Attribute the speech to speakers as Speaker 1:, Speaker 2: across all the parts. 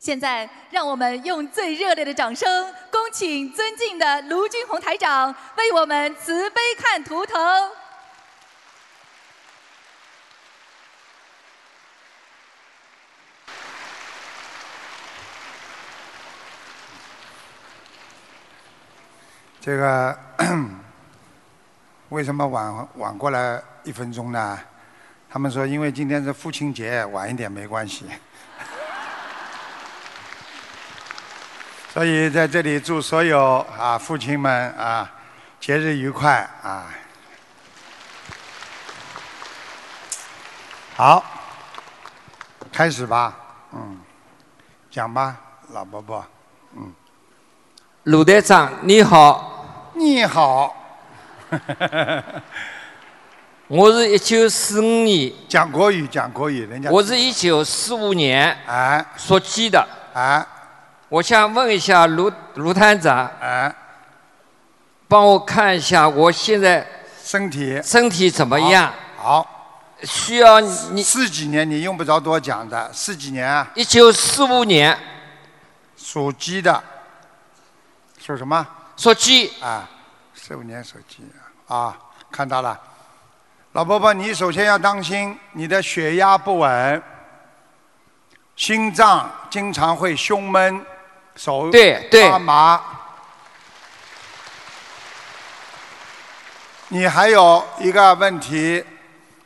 Speaker 1: 现在，让我们用最热烈的掌声，恭请尊敬的卢军红台长为我们慈悲看图腾。
Speaker 2: 这个 为什么晚晚过来一分钟呢？他们说因为今天是父亲节，晚一点没关系。 所以在这里祝所有啊父亲们啊节日愉快啊！好，开始吧，嗯，讲吧，老伯伯，
Speaker 3: 鲁队长你好，
Speaker 2: 你好，
Speaker 3: 我是一九四五年，
Speaker 2: 讲国语，讲国语，人家
Speaker 3: 我是一九四五年
Speaker 2: 哎
Speaker 3: 属鸡的。
Speaker 2: 哎
Speaker 3: 我想问一下卢卢探长，
Speaker 2: 哎，
Speaker 3: 帮我看一下我现在
Speaker 2: 身体
Speaker 3: 身体怎么样？
Speaker 2: 好，
Speaker 3: 需要你
Speaker 2: 四几年你用不着多讲的，四几年啊，
Speaker 3: 一九四五年
Speaker 2: 属鸡的，属什么？
Speaker 3: 属鸡，
Speaker 2: 啊，四五年手机啊，看到了。老伯伯，你首先要当心你的血压不稳，心脏经常会胸闷，手
Speaker 3: 对对
Speaker 2: 发麻。你还有一个问题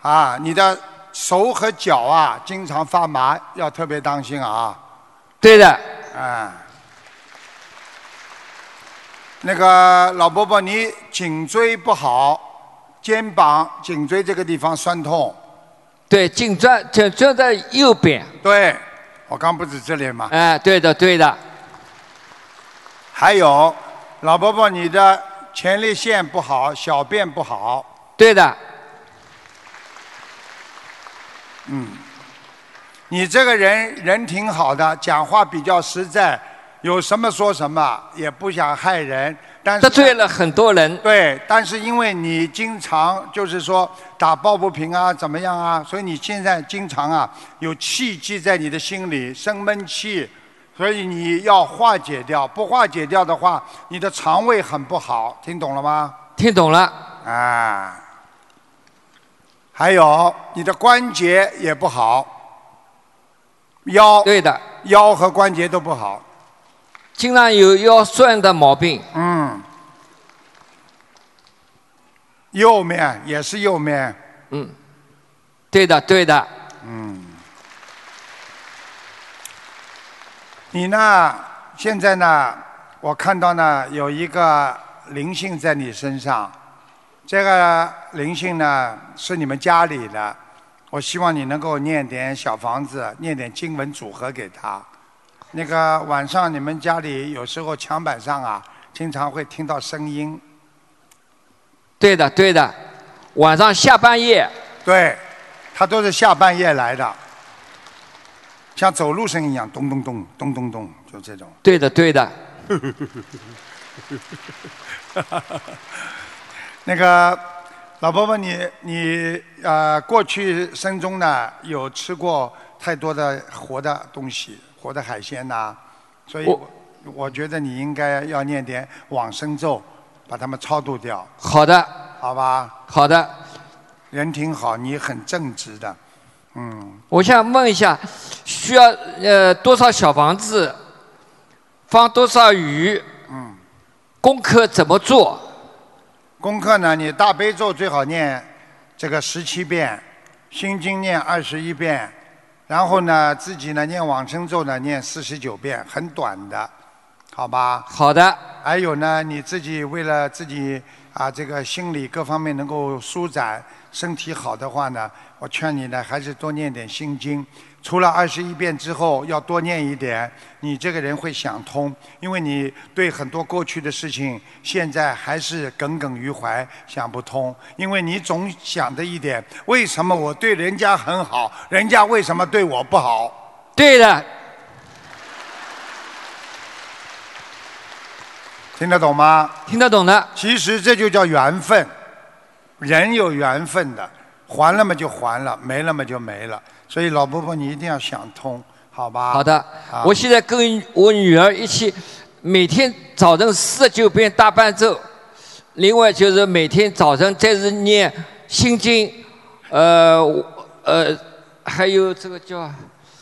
Speaker 2: 啊，你的手和脚啊经常发麻，要特别当心啊。
Speaker 3: 对的，
Speaker 2: 啊，那个老伯伯，你颈椎不好，肩膀、颈椎这个地方酸痛。
Speaker 3: 对，颈椎颈椎在右边，
Speaker 2: 对，我刚不是这里吗？
Speaker 3: 哎、对的对的，
Speaker 2: 还有，老伯伯，你的前列腺不好，小便不好。
Speaker 3: 对的，
Speaker 2: 嗯你这个人人挺好的，讲话比较实在，有什么说什么，也不想害人。但是
Speaker 3: 得罪了很多人，
Speaker 2: 对，但是因为你经常就是说打抱不平啊，怎么样啊，所以你现在经常啊有气积在你的心里，生闷气，所以你要化解掉。不化解掉的话，你的肠胃很不好，听懂了吗？
Speaker 3: 听懂了？
Speaker 2: 啊，还有你的关节也不好，腰
Speaker 3: 对的，
Speaker 2: 腰和关节都不好。
Speaker 3: 经常有腰酸的毛病，
Speaker 2: 嗯，右面也是右面。
Speaker 3: 嗯对的对的，
Speaker 4: 嗯
Speaker 2: 你呢？现在呢？我看到呢有一个灵性在你身上，这个灵性呢是你们家里的，我希望你能够念点小房子，念点经文组合给他。那个晚上你们家里有时候墙板上啊，经常会听到声音，
Speaker 3: 对的对的，晚上下半夜，
Speaker 2: 对，他都是下半夜来的，像走路声一样，咚咚咚咚咚咚，就这种。
Speaker 3: 对的对的，
Speaker 2: 那个老伯伯你，你呃，过去生中呢有吃过太多的活的东西，活的海鲜呐、所以
Speaker 3: 我
Speaker 2: 我我觉得你应该要念点往生咒，把它们超度掉，
Speaker 3: 好的
Speaker 2: 好吧？
Speaker 3: 好的。
Speaker 2: 人挺好，你很正直的，
Speaker 3: 我想问一下，需要呃多少小房子，放多少鱼？嗯，功课怎么做？
Speaker 2: 功课呢，你大悲咒最好念这个十七遍，心经念二十一遍，然后呢自己呢念往生咒呢念四十九遍，很短的，好吧？
Speaker 3: 好的，
Speaker 2: 还有呢，你自己为了自己啊这个心理各方面能够舒展，身体好的话呢，我劝你呢还是多念点心经。除了二十一遍之后，要多念一点，你这个人会想通，因为你对很多过去的事情，现在还是耿耿于怀，想不通，因为你总想着一点，为什么我对人家很好，人家为什么对我不好？
Speaker 3: 对的，
Speaker 2: 听得懂吗？
Speaker 3: 听得懂的，
Speaker 2: 其实这就叫缘分，人有缘分的，还了嘛就还了，没了嘛就没了。所以老伯伯，你一定要想通，好好吧？
Speaker 3: 好的，
Speaker 2: 啊
Speaker 3: 我现在跟我女儿一起，每天早晨四十九遍大伴奏，另外就是每天早晨再是念心经，呃呃，还有这个叫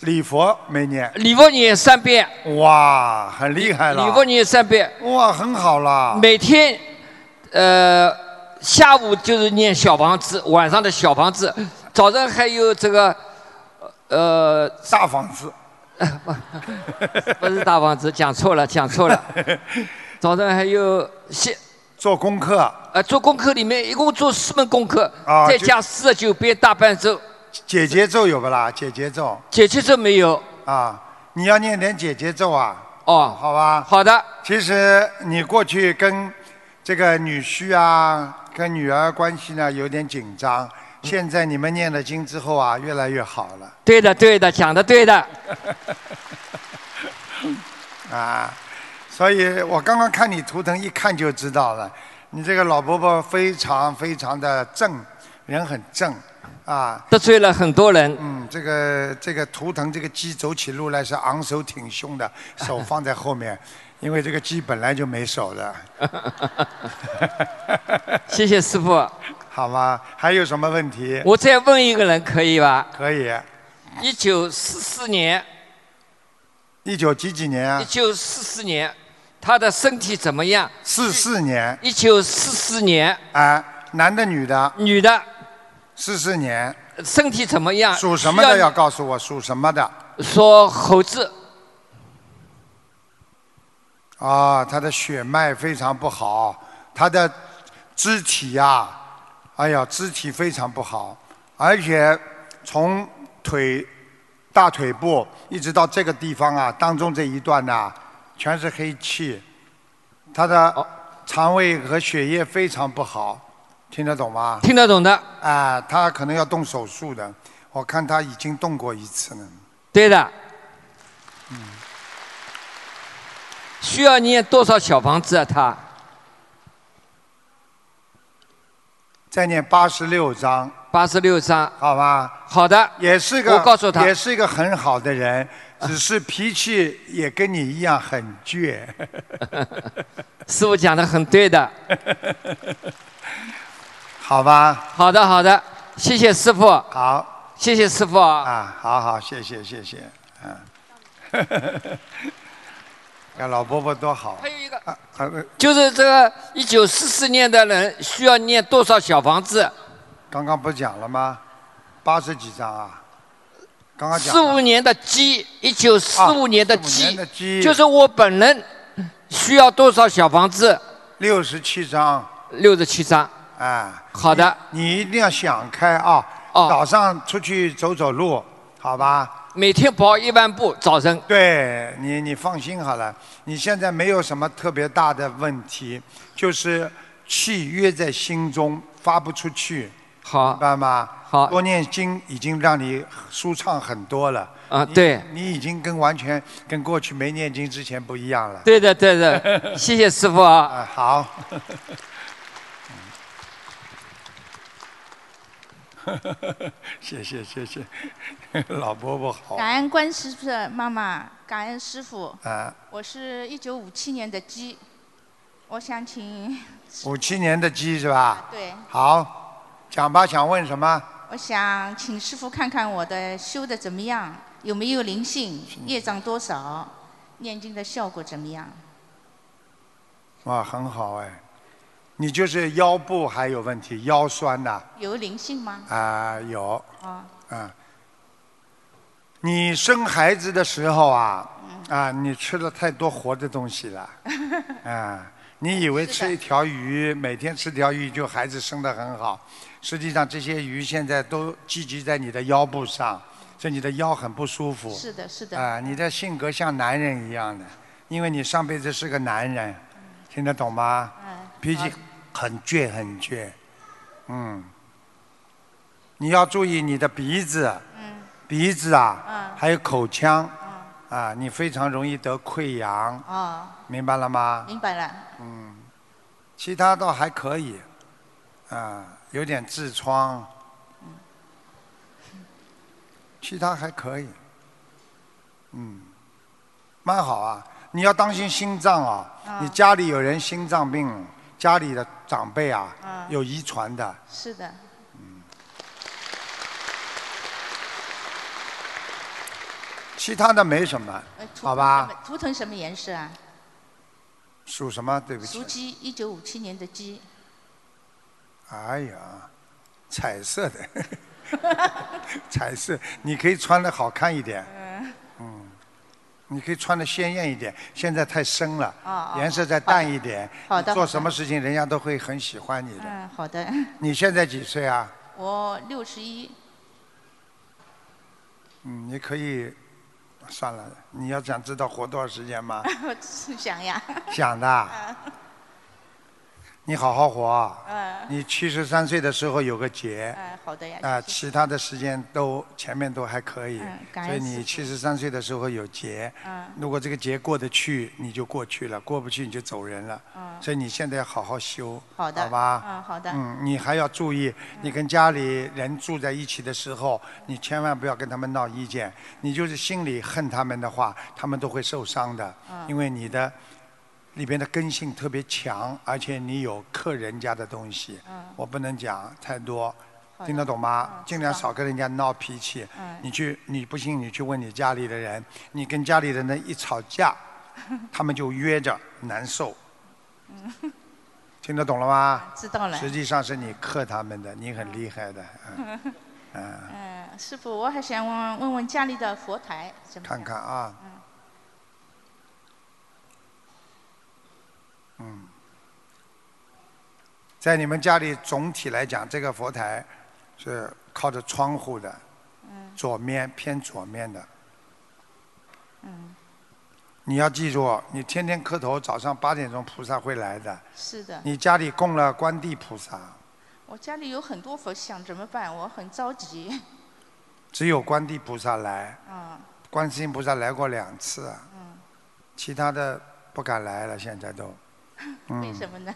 Speaker 2: 礼佛每年，
Speaker 3: 礼佛念三遍，
Speaker 2: 哇，很厉害了。
Speaker 3: 礼佛念三遍，
Speaker 2: 哇，很好啦。
Speaker 3: 每天呃下午就是念小房子，晚上的小房子，早晨还有这个呃
Speaker 2: 大房子，
Speaker 3: 不是大 房子，讲错了，讲错了。早上还有先
Speaker 2: 做功课，
Speaker 3: 呃做功课，里面一共做四门功课，
Speaker 2: 啊
Speaker 3: 再
Speaker 2: 就
Speaker 3: 加四十九遍大伴奏，
Speaker 2: 解节奏有不啦？解节奏
Speaker 3: 解决这没有
Speaker 2: 啊，你要念点解节奏啊，
Speaker 3: 哦。
Speaker 2: 好吧？
Speaker 3: 好的，
Speaker 2: 其实你过去跟这个女婿啊，跟女儿关系呢有点紧
Speaker 3: 嗯
Speaker 2: 张，现在你们念了经之后啊，越来越好了。
Speaker 3: 对的，对的，讲的对的。
Speaker 2: 啊，所以我刚刚看你图腾，一看就知道了，你这个老伯伯非常非常的正，人很正，啊，
Speaker 3: 得罪了很多人，
Speaker 2: 嗯，这个这个图腾这个鸡走起路来是昂首挺胸的，手放在后 面，因为这个鸡本来就没手的，
Speaker 3: 谢谢师傅。
Speaker 2: 好吗？还有什么问题？
Speaker 3: 我再问一个人可以吧？
Speaker 2: 可以，
Speaker 3: 一九四四年，
Speaker 2: 一九几几年啊
Speaker 3: 一？九四四年，他的身体怎么样？
Speaker 2: 四四年，
Speaker 3: 啊一九四四年，
Speaker 2: 啊，男的女的？
Speaker 3: 女的
Speaker 2: 啊四四年，
Speaker 3: 身体怎么样？
Speaker 2: 属什么的
Speaker 3: 啊需
Speaker 2: 要告诉我属什么的
Speaker 3: 说猴子。
Speaker 2: 啊？他的血脉非常不好，他的肢体呀、哎呀，肢体非常不好，而且从腿大腿部一直到这个地方啊，当中这一段呐、全是黑气，他
Speaker 3: 哦
Speaker 2: 的肠胃和血液非常不好，听得懂吗？
Speaker 3: 听得懂的，
Speaker 2: 啊，他可能要动手术的，我看他已经动过一次了。
Speaker 3: 对的。
Speaker 2: 嗯
Speaker 3: 需要念多少小房子啊？他
Speaker 2: 再念八十六章，
Speaker 3: 八十六章。
Speaker 2: 好吧？
Speaker 3: 好的，
Speaker 2: 也是个，
Speaker 3: 我告诉他
Speaker 2: 也是一个很好的人，只是脾气也跟你一样很 倔。
Speaker 3: 师傅讲的很对的。
Speaker 2: 好吧？
Speaker 3: 好的，好的，谢谢师傅，
Speaker 2: 好
Speaker 3: 谢谢师傅啊。
Speaker 2: 啊，好好，谢谢谢谢，嗯， 看老伯伯多好
Speaker 3: 还有一个，
Speaker 2: 啊！啊
Speaker 3: 就是这个一九四四年的人需要念多少小房子？
Speaker 2: 刚刚不讲了吗？八十几张啊？刚刚讲
Speaker 3: 四
Speaker 2: 了
Speaker 3: 五年的鸡，一九四五年的
Speaker 2: 45年
Speaker 3: 鸡
Speaker 2: 的，鸡
Speaker 3: 就是我本人需要多少小房子？
Speaker 2: 六十七张，
Speaker 3: 六十七张。
Speaker 2: 啊。
Speaker 3: 好的，
Speaker 2: 你一定要想开啊！
Speaker 3: 哦
Speaker 2: 早上出去走走路，好吧？
Speaker 3: 每天跑一万步，早晨。
Speaker 2: 对你，你放心好了。你现在没有什么特别大的问题，就是气约在心中发不出去，
Speaker 3: 好
Speaker 2: 明。白吗？
Speaker 3: 好
Speaker 2: 多念经已经让你舒畅很多了。
Speaker 3: 啊
Speaker 2: 你
Speaker 3: 对
Speaker 2: 你已经跟完全跟过去没念经之前不一样了。
Speaker 3: 对的，对 的，谢谢师傅啊。
Speaker 2: 啊，好。 谢谢谢谢，老伯伯好。
Speaker 5: 感恩观世音妈妈，感恩师傅。
Speaker 2: 啊，
Speaker 5: 我是一九五七年的鸡，我想请，
Speaker 2: 五七年的鸡是吧？
Speaker 5: 对，
Speaker 2: 好，讲吧，想问什么？
Speaker 5: 我想请师傅看看我的修的怎么样，有没有灵性，业障多少，念经的效果怎么样？
Speaker 2: 哇，很好哎，你就是腰部还有问题，腰酸呐
Speaker 5: 有灵性吗？
Speaker 2: 啊、有
Speaker 5: 啊，
Speaker 2: 啊。你生孩子的时候啊，
Speaker 5: 嗯
Speaker 2: 啊，你吃了太多活的东西 了，啊，你以为
Speaker 5: 是的
Speaker 2: 吃一条鱼，每天吃条鱼就孩子生得很好，实际上这些鱼现在都聚集在你的腰部上，所以你的腰很不舒服。
Speaker 5: 哦是的，是的，
Speaker 2: 啊、你的性格像男人一样的，因为你上辈子是个男人，听得懂吗？
Speaker 5: 嗯，
Speaker 2: 脾气很倔很倔，嗯，你要注意你的鼻子，啊
Speaker 5: 嗯
Speaker 2: 鼻子啊，
Speaker 5: 嗯
Speaker 2: 还有口腔，啊，你非常容易得溃疡，
Speaker 5: 哦，
Speaker 2: 明白了吗？
Speaker 5: 明白了，
Speaker 2: 嗯其他倒还可以，啊，有点痔疮，其他还可以，嗯，蛮好啊。你要当心心脏啊，你家里有人心脏病，家里的长辈啊，
Speaker 5: 啊
Speaker 2: 有遗传的。
Speaker 5: 是的，
Speaker 2: 其他的没什么
Speaker 5: 呃，图
Speaker 2: 好吧？
Speaker 5: 腾图腾什么颜色啊？
Speaker 2: 属什么？对不
Speaker 5: 属
Speaker 2: 起，
Speaker 5: 鸡，一九五七年的鸡，
Speaker 2: 哎呀，彩色的， 彩色，你可以穿的好看一点，
Speaker 5: 嗯，
Speaker 2: 你可以穿的鲜艳一点。现在太深了，
Speaker 5: 哦哦
Speaker 2: 颜色再淡一点，
Speaker 5: 好的
Speaker 2: 你做什么事情人家都会很喜欢你的。
Speaker 5: 嗯，好的，
Speaker 2: 你现在几岁啊？
Speaker 5: 我六十一，
Speaker 2: 嗯，你可以，算了，你要想知道活多少时间 吗？
Speaker 5: 我只 想呀，
Speaker 2: 想的啊，你好好活啊。
Speaker 5: 嗯，
Speaker 2: 你七十三岁的时候有个劫，
Speaker 5: 嗯，好的呀，
Speaker 2: 啊，
Speaker 5: 谢谢
Speaker 2: 其他的时间都前面都还可以
Speaker 5: 嗯，感
Speaker 2: 所以
Speaker 5: 恩
Speaker 2: 你七十三岁的时候有劫，
Speaker 5: 嗯
Speaker 2: 如果这个劫过得去，你就过去了；过不去你就走人了。
Speaker 5: 嗯，
Speaker 2: 所以你现在要好好修，
Speaker 5: 好的，
Speaker 2: 吧？
Speaker 5: 嗯，好的，嗯
Speaker 2: 嗯， 你还要注意，你跟家里人住在一起的时候，你千万不要跟他们闹意见。你就是心里恨他们的话，他们都会受伤的，
Speaker 5: 嗯
Speaker 2: 因为你的里边的根性特别强，而且你有克人家的东西。
Speaker 5: 嗯，
Speaker 2: 我不能讲太多，
Speaker 5: 好的
Speaker 2: 听得懂吗
Speaker 5: 嗯？
Speaker 2: 尽量
Speaker 5: 知道
Speaker 2: 少跟人家闹脾气。
Speaker 5: 嗯
Speaker 2: 你去，你不信你去问你家里的人，你跟家里的人一吵架，他们就约着难受。听得懂了吗？
Speaker 5: 嗯知道了。
Speaker 2: 实 际上是你克他们的，你很厉害的。嗯，
Speaker 5: 嗯，师傅，我还想问问问家里的佛台怎么样？
Speaker 2: 看看啊。嗯，在你们家里总体来讲，这个佛台是靠着窗户的，
Speaker 5: 嗯
Speaker 2: 左面偏左面的。
Speaker 5: 嗯，
Speaker 2: 你要记住，你天天磕头，早上八点钟菩萨会来的。
Speaker 5: 是的，
Speaker 2: 你家里供了观地菩萨，
Speaker 5: 我家里有很多佛像，怎么办？我很着 急。
Speaker 2: 只有观地菩萨来，
Speaker 5: 嗯
Speaker 2: 观世音菩萨来过两次，
Speaker 5: 嗯，
Speaker 2: 其他的不敢来了，现在都。嗯
Speaker 5: 为 什么呢？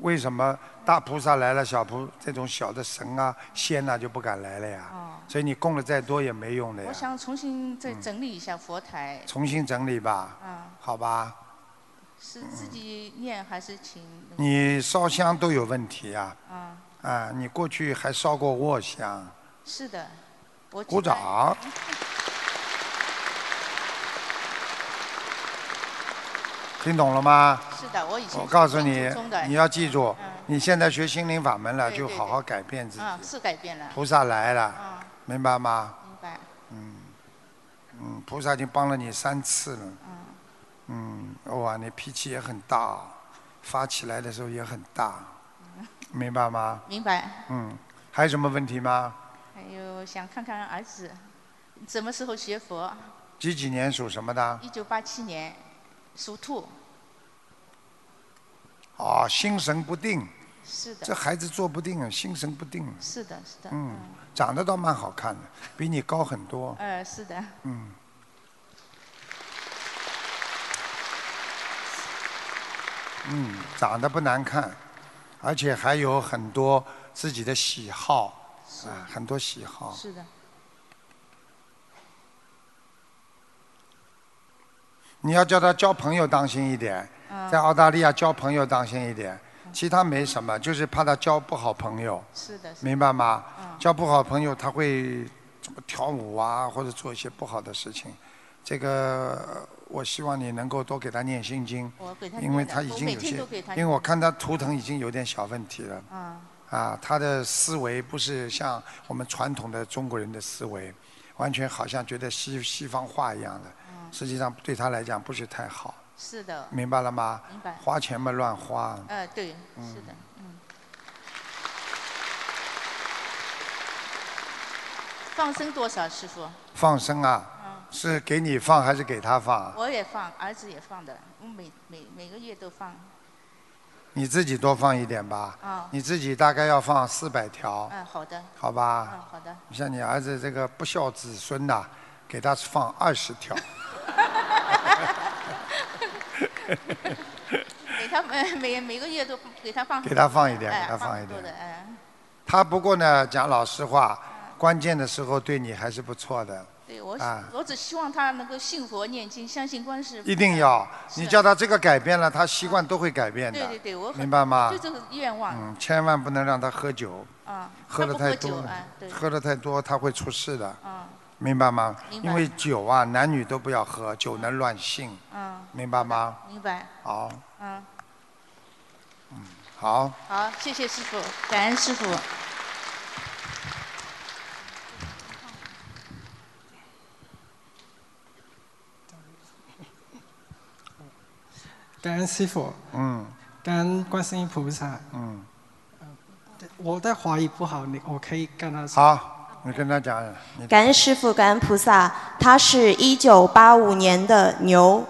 Speaker 2: 为什么大菩萨来了，小菩这种小的神啊、仙呐、就不敢来了呀？
Speaker 5: 哦，
Speaker 2: 所以你供了再多也没用的呀嗯
Speaker 5: 我。想重新再整理一下佛台。
Speaker 2: 重新整理吧，
Speaker 5: 嗯，
Speaker 2: 好吧？
Speaker 5: 是自己念还是请？
Speaker 2: 你烧香都有问题啊，
Speaker 5: 嗯，
Speaker 2: 啊，你过去还烧过卧香，
Speaker 5: 是的，我
Speaker 2: 鼓掌。听懂了吗？
Speaker 5: 嗯是的，我以前
Speaker 2: 我告诉你
Speaker 5: 是中的，
Speaker 2: 你要记住
Speaker 5: 嗯，
Speaker 2: 你现在学心灵法门了，
Speaker 5: 对
Speaker 2: 就
Speaker 5: 对
Speaker 2: 好
Speaker 5: 对
Speaker 2: 好改变自
Speaker 5: 嗯
Speaker 2: 己。
Speaker 5: 是改变了，
Speaker 2: 菩萨来了，
Speaker 5: 嗯，
Speaker 2: 明白吗？
Speaker 5: 明白，
Speaker 2: 嗯，菩萨已经帮了你三次了。嗯。哇，你脾气也很大哦，发起来的时候也很大，
Speaker 5: 嗯
Speaker 2: 明白吗？
Speaker 5: 明白。
Speaker 2: 嗯。还有什么问题吗？
Speaker 5: 还有想看看儿子，什么时候学佛？
Speaker 2: 几几年属什么的？
Speaker 5: 一九八七年，属兔，
Speaker 2: 哦，心神不定，
Speaker 5: 是的，
Speaker 2: 这孩子坐不定啊，心神不定。
Speaker 5: 是的，是的，
Speaker 2: 嗯，长得倒蛮好看的，比你高很多。
Speaker 5: 呃，是的，
Speaker 2: 嗯。嗯，长得不难看，而且还有很多自己的喜好，
Speaker 5: 是
Speaker 2: 啊，很多喜好。
Speaker 5: 是的，
Speaker 2: 你要叫他交朋友当心一点，
Speaker 5: 嗯
Speaker 2: 在澳大利亚交朋友当心一点，其他没什么，就是怕他交不好朋友，
Speaker 5: 是的，是的
Speaker 2: 明白吗？
Speaker 5: 嗯
Speaker 2: 交不好朋友他会怎么跳舞啊，或者做一些不好的事情。这个呃我希望你能够多给他念心经。
Speaker 5: 我给他念的，
Speaker 2: 因为他已
Speaker 5: 我
Speaker 2: 经
Speaker 5: 每
Speaker 2: 有些
Speaker 5: 天都给他，
Speaker 2: 因为我看他图腾已经有点小问题了
Speaker 5: 啊，
Speaker 2: 啊，他的思维不是像我们传统的中国人的思维，完全好像觉得西西方话一样的，
Speaker 5: 嗯
Speaker 2: 实际上对他来讲不是太好，
Speaker 5: 是的，
Speaker 2: 明白了吗？
Speaker 5: 明白，
Speaker 2: 花钱嘛乱花，
Speaker 5: 呃，对，是的，嗯。放生多少，师傅？
Speaker 2: 放生啊
Speaker 5: 嗯，
Speaker 2: 是给你放还是给他放？
Speaker 5: 我也放，儿子也放的，我每每每个月都放，
Speaker 2: 你自己多放一点吧，
Speaker 5: 啊，
Speaker 2: 你自己大概要放四百条，
Speaker 5: 嗯，好的，
Speaker 2: 好吧？
Speaker 5: 嗯，好的，
Speaker 2: 像你儿子这个不孝子孙呐、给他放二十 条。
Speaker 5: 给他每每每个月都给他放很多，
Speaker 2: 给他放一点
Speaker 5: 哎
Speaker 2: 给他放
Speaker 5: 放
Speaker 2: 一
Speaker 5: 很多
Speaker 2: 点
Speaker 5: 的，嗯，
Speaker 2: 他不过呢，讲老实话，关键的时候对你还是不错的。
Speaker 5: 对我
Speaker 2: 啊，
Speaker 5: 我只希望他能够信佛念经，相信观世。
Speaker 2: 一定要。你叫他这个改变了，他习惯都会改变的。
Speaker 5: 对对对，我很
Speaker 2: 明白吗
Speaker 5: 就这个愿望
Speaker 2: 嗯，千万不能让他喝酒，
Speaker 5: 啊。
Speaker 2: 喝
Speaker 5: 他
Speaker 2: 的
Speaker 5: 不
Speaker 2: 太
Speaker 5: 喝
Speaker 2: 多
Speaker 5: 酒
Speaker 2: 了
Speaker 5: 啊，对，
Speaker 2: 喝的太多他会出事的，
Speaker 5: 嗯
Speaker 2: 明白吗？
Speaker 5: 明白
Speaker 2: 因为酒啊，男女都不要喝，酒能乱性，
Speaker 5: 嗯，
Speaker 2: 明白吗？
Speaker 5: 明白。
Speaker 2: 好，
Speaker 5: 嗯，
Speaker 2: 好，
Speaker 5: 好，谢谢师傅，感恩师傅。
Speaker 6: 感恩师傅，
Speaker 2: 嗯
Speaker 6: 感恩观世音菩萨。呃
Speaker 2: 嗯，
Speaker 6: 我的华语不好，你我可以跟他说。
Speaker 2: 好，你跟他讲，你
Speaker 7: 感恩师傅，感恩菩萨，他是一九八五年的牛，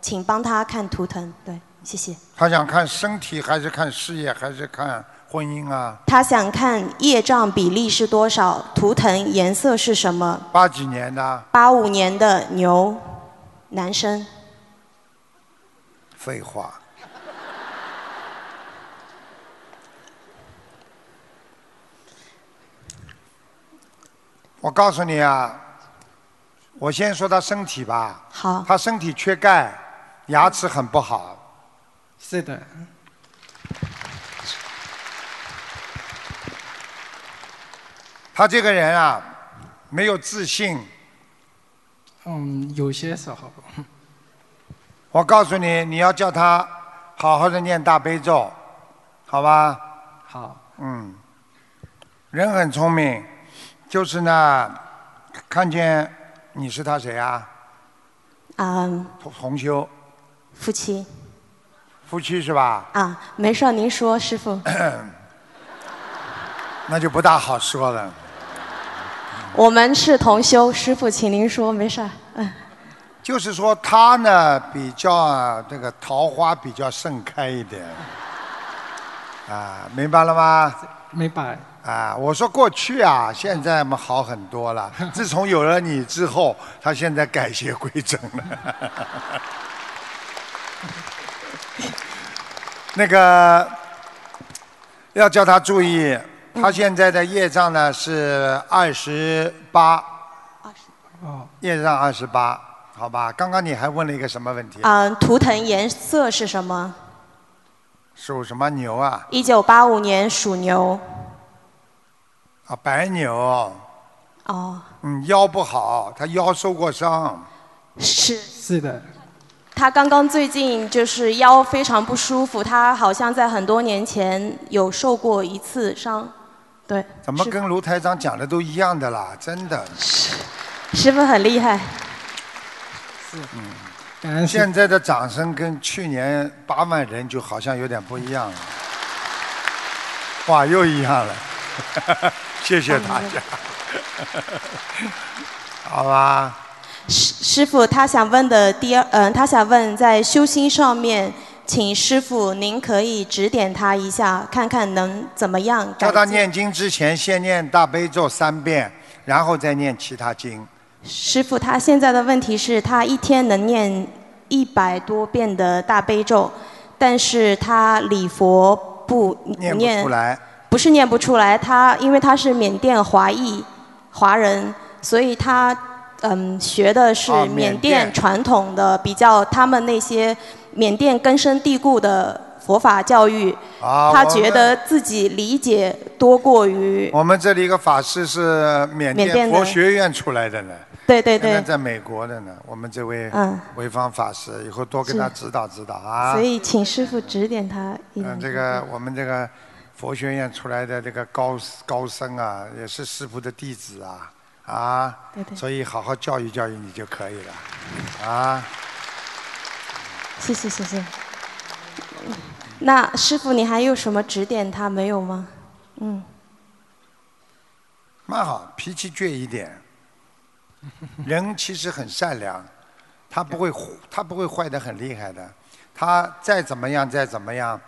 Speaker 7: 请帮他看图腾。对，谢谢。
Speaker 2: 他想看身体还是看事业还是看婚姻啊？
Speaker 7: 他想看业障比例是多少，图腾颜色是什么？
Speaker 2: 八几年的，
Speaker 7: 八五年的牛，男生。
Speaker 2: 废话，我告诉你啊，我先说他身体吧。
Speaker 7: 好，
Speaker 2: 他身体缺钙，牙齿很不好，
Speaker 6: 是的，
Speaker 2: 他这个人啊，没有自信。
Speaker 6: 嗯，有些时候，
Speaker 2: 我告诉你，你要叫他好好的念大悲咒，好吧？
Speaker 6: 好，
Speaker 2: 嗯，人很聪明，就是呢，看见你是他谁啊？
Speaker 7: 啊、
Speaker 2: 同同修
Speaker 7: 夫妻
Speaker 2: 夫妻是吧？
Speaker 7: 啊，没事儿，您说，师傅，
Speaker 2: 那就不大好说了。
Speaker 7: 我们是同修，师傅，请您说，没事儿。嗯，
Speaker 2: 就是说他呢，比较啊这个桃花比较盛开一点，啊，明白了吗？
Speaker 6: 明白。
Speaker 2: 啊，我说过去啊，现在嘛好很多 了。自从有了你之后，他现在改邪归正了。 那个要叫他注意，他现在的业障呢是二十八，
Speaker 6: 哦，
Speaker 2: 业障二十八，好吧？刚刚你还问了一个什么问题？
Speaker 7: 啊、图腾颜色是什么？
Speaker 2: 属什么牛啊？
Speaker 7: 一九八五年属牛。
Speaker 2: 啊，白牛。
Speaker 7: 哦，
Speaker 2: 嗯，腰不好，他腰受过伤。
Speaker 7: 是
Speaker 6: 是的，
Speaker 7: 他刚刚最近就是腰非常不舒服，他好像在很多年前有受过一次伤。对，
Speaker 2: 怎么
Speaker 7: 师
Speaker 2: 跟卢台长讲的都一样的啦？真的，
Speaker 7: 师傅很厉害，
Speaker 2: 嗯
Speaker 6: 感恩师
Speaker 2: 现在的掌声跟去年八万人就好像有点不一样了。哇，又一样了， 谢谢大家， 好吧？
Speaker 7: 师师傅他想问的第二，嗯、他想问在修心上面，请师傅您可以指点他一下，看看能怎么样改
Speaker 2: 叫他
Speaker 7: 进
Speaker 2: 念经之前先念大悲咒三遍，然后再念其他经。
Speaker 7: 师傅，他现在的问题是，他一天能念一百多遍的大悲咒，但是他礼佛不
Speaker 2: 念不出来，
Speaker 7: 不是念不出来，他因为他是缅甸华裔华人，所以他嗯学的是
Speaker 2: 啊缅
Speaker 7: 缅
Speaker 2: 甸
Speaker 7: 甸传统的，比较他们那些缅甸根深蒂固的佛法教育，
Speaker 2: 啊
Speaker 7: 他
Speaker 2: 我
Speaker 7: 觉
Speaker 2: 们
Speaker 7: 得自己理解多过于
Speaker 2: 我们这里一个法师是缅
Speaker 7: 缅
Speaker 2: 甸
Speaker 7: 甸的
Speaker 2: 佛学院出来的呢，
Speaker 7: 对对
Speaker 2: 现在
Speaker 7: 对，
Speaker 2: 在美国的呢。我们这位
Speaker 7: 嗯
Speaker 2: 潍坊法师，以后多跟
Speaker 7: 是
Speaker 2: 他指导指导啊。
Speaker 7: 所以请师傅指点他一
Speaker 2: 嗯，
Speaker 7: 两
Speaker 2: 这
Speaker 7: 句
Speaker 2: 个我们这个佛学院出来的这个高高僧啊，也是师傅的弟子啊，啊，
Speaker 7: 对对
Speaker 2: 所以好好教育教育你就可以了，啊，
Speaker 7: 谢谢谢谢。那师傅，你还有什么指点他没有吗？嗯，
Speaker 2: 蛮好，脾气倔一点，人其实很善良，他不会他不会坏的很厉害的，他再怎么样再怎么样。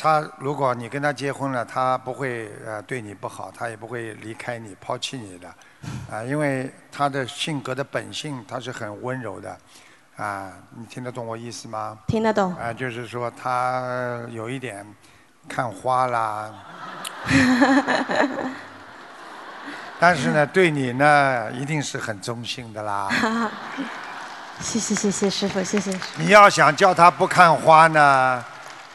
Speaker 2: 他如果你跟他结婚了，他不会呃对你不好，他也不会离开你、抛弃你的，啊，因为他的性格的本性，他是很温柔的，啊，你听得懂我意思吗？
Speaker 7: 听得懂。
Speaker 2: 啊，就是说他有一 点看花啦，但是呢，对你呢一定是很忠心的 啦。
Speaker 7: 谢谢谢谢师傅，谢谢师傅。
Speaker 2: 你要想叫他不看花呢，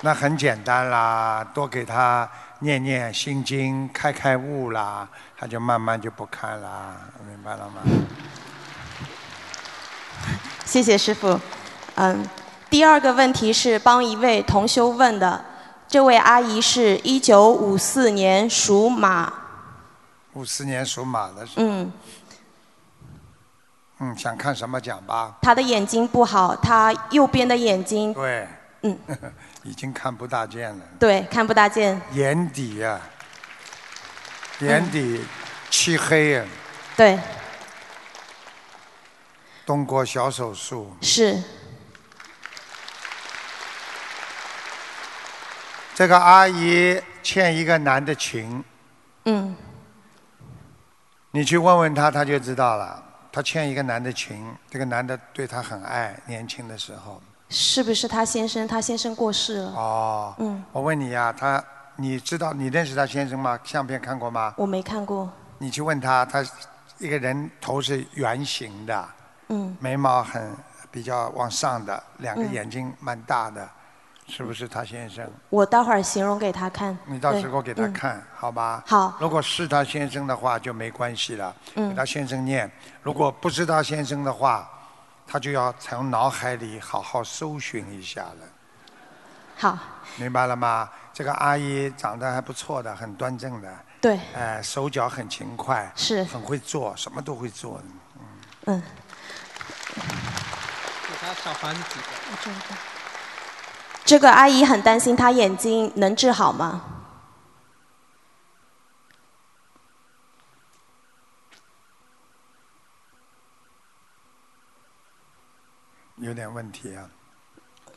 Speaker 2: 那很简单啦，多给他念念心经，开开悟啦，他就慢慢就不看啦，明白了吗？
Speaker 7: 谢谢师傅。嗯，第二个问题是帮一位同修问的，这位阿姨是一九五四年属马，
Speaker 2: 五四年属马的是，
Speaker 7: 嗯，
Speaker 2: 嗯，想看什么讲吧？
Speaker 7: 她的眼睛不好，她右边的眼睛
Speaker 2: 对，
Speaker 7: 嗯，
Speaker 2: 已经看不大见了，
Speaker 7: 对看不大见，
Speaker 2: 眼底呀、眼底漆黑啊呀、
Speaker 7: 对，
Speaker 2: 动过小手术，
Speaker 7: 是
Speaker 2: 这个阿姨欠一个男的情，
Speaker 7: 嗯，
Speaker 2: 你去问问她，她就知道了。她欠一个男的情，这个男的对她很爱，年轻的时候。
Speaker 7: 是不是她先生？她先生过世了，
Speaker 2: 哦，
Speaker 7: 嗯，
Speaker 2: 我问你呀、她，你知道你认识她先生吗？相片看过吗？
Speaker 7: 我没看过，
Speaker 2: 你去问她，她一个人头是圆形的，
Speaker 7: 嗯，
Speaker 2: 眉毛很比较往上的，两个
Speaker 7: 嗯
Speaker 2: 眼睛蛮大的，是不是她先生？
Speaker 7: 我待会儿形容给她看。
Speaker 2: 你到
Speaker 7: 对
Speaker 2: 时候给他
Speaker 7: 嗯
Speaker 2: 看、好吧？
Speaker 7: 好
Speaker 2: 如果是他先生的话就没关系了，
Speaker 7: 嗯
Speaker 2: 给他先生念；如果不是他先生的话，他就要从脑海里好好搜寻一下了，
Speaker 7: 好，
Speaker 2: 明白了吗？这个阿姨长得还不错的，很端正的，
Speaker 7: 对，
Speaker 2: 哎、手脚很勤快，
Speaker 7: 是
Speaker 2: 很会做，什么都会做的。
Speaker 7: 嗯，
Speaker 6: 给他小房子几个？
Speaker 7: 这个阿姨很担心她眼睛能治好吗？
Speaker 2: 有点问题啊，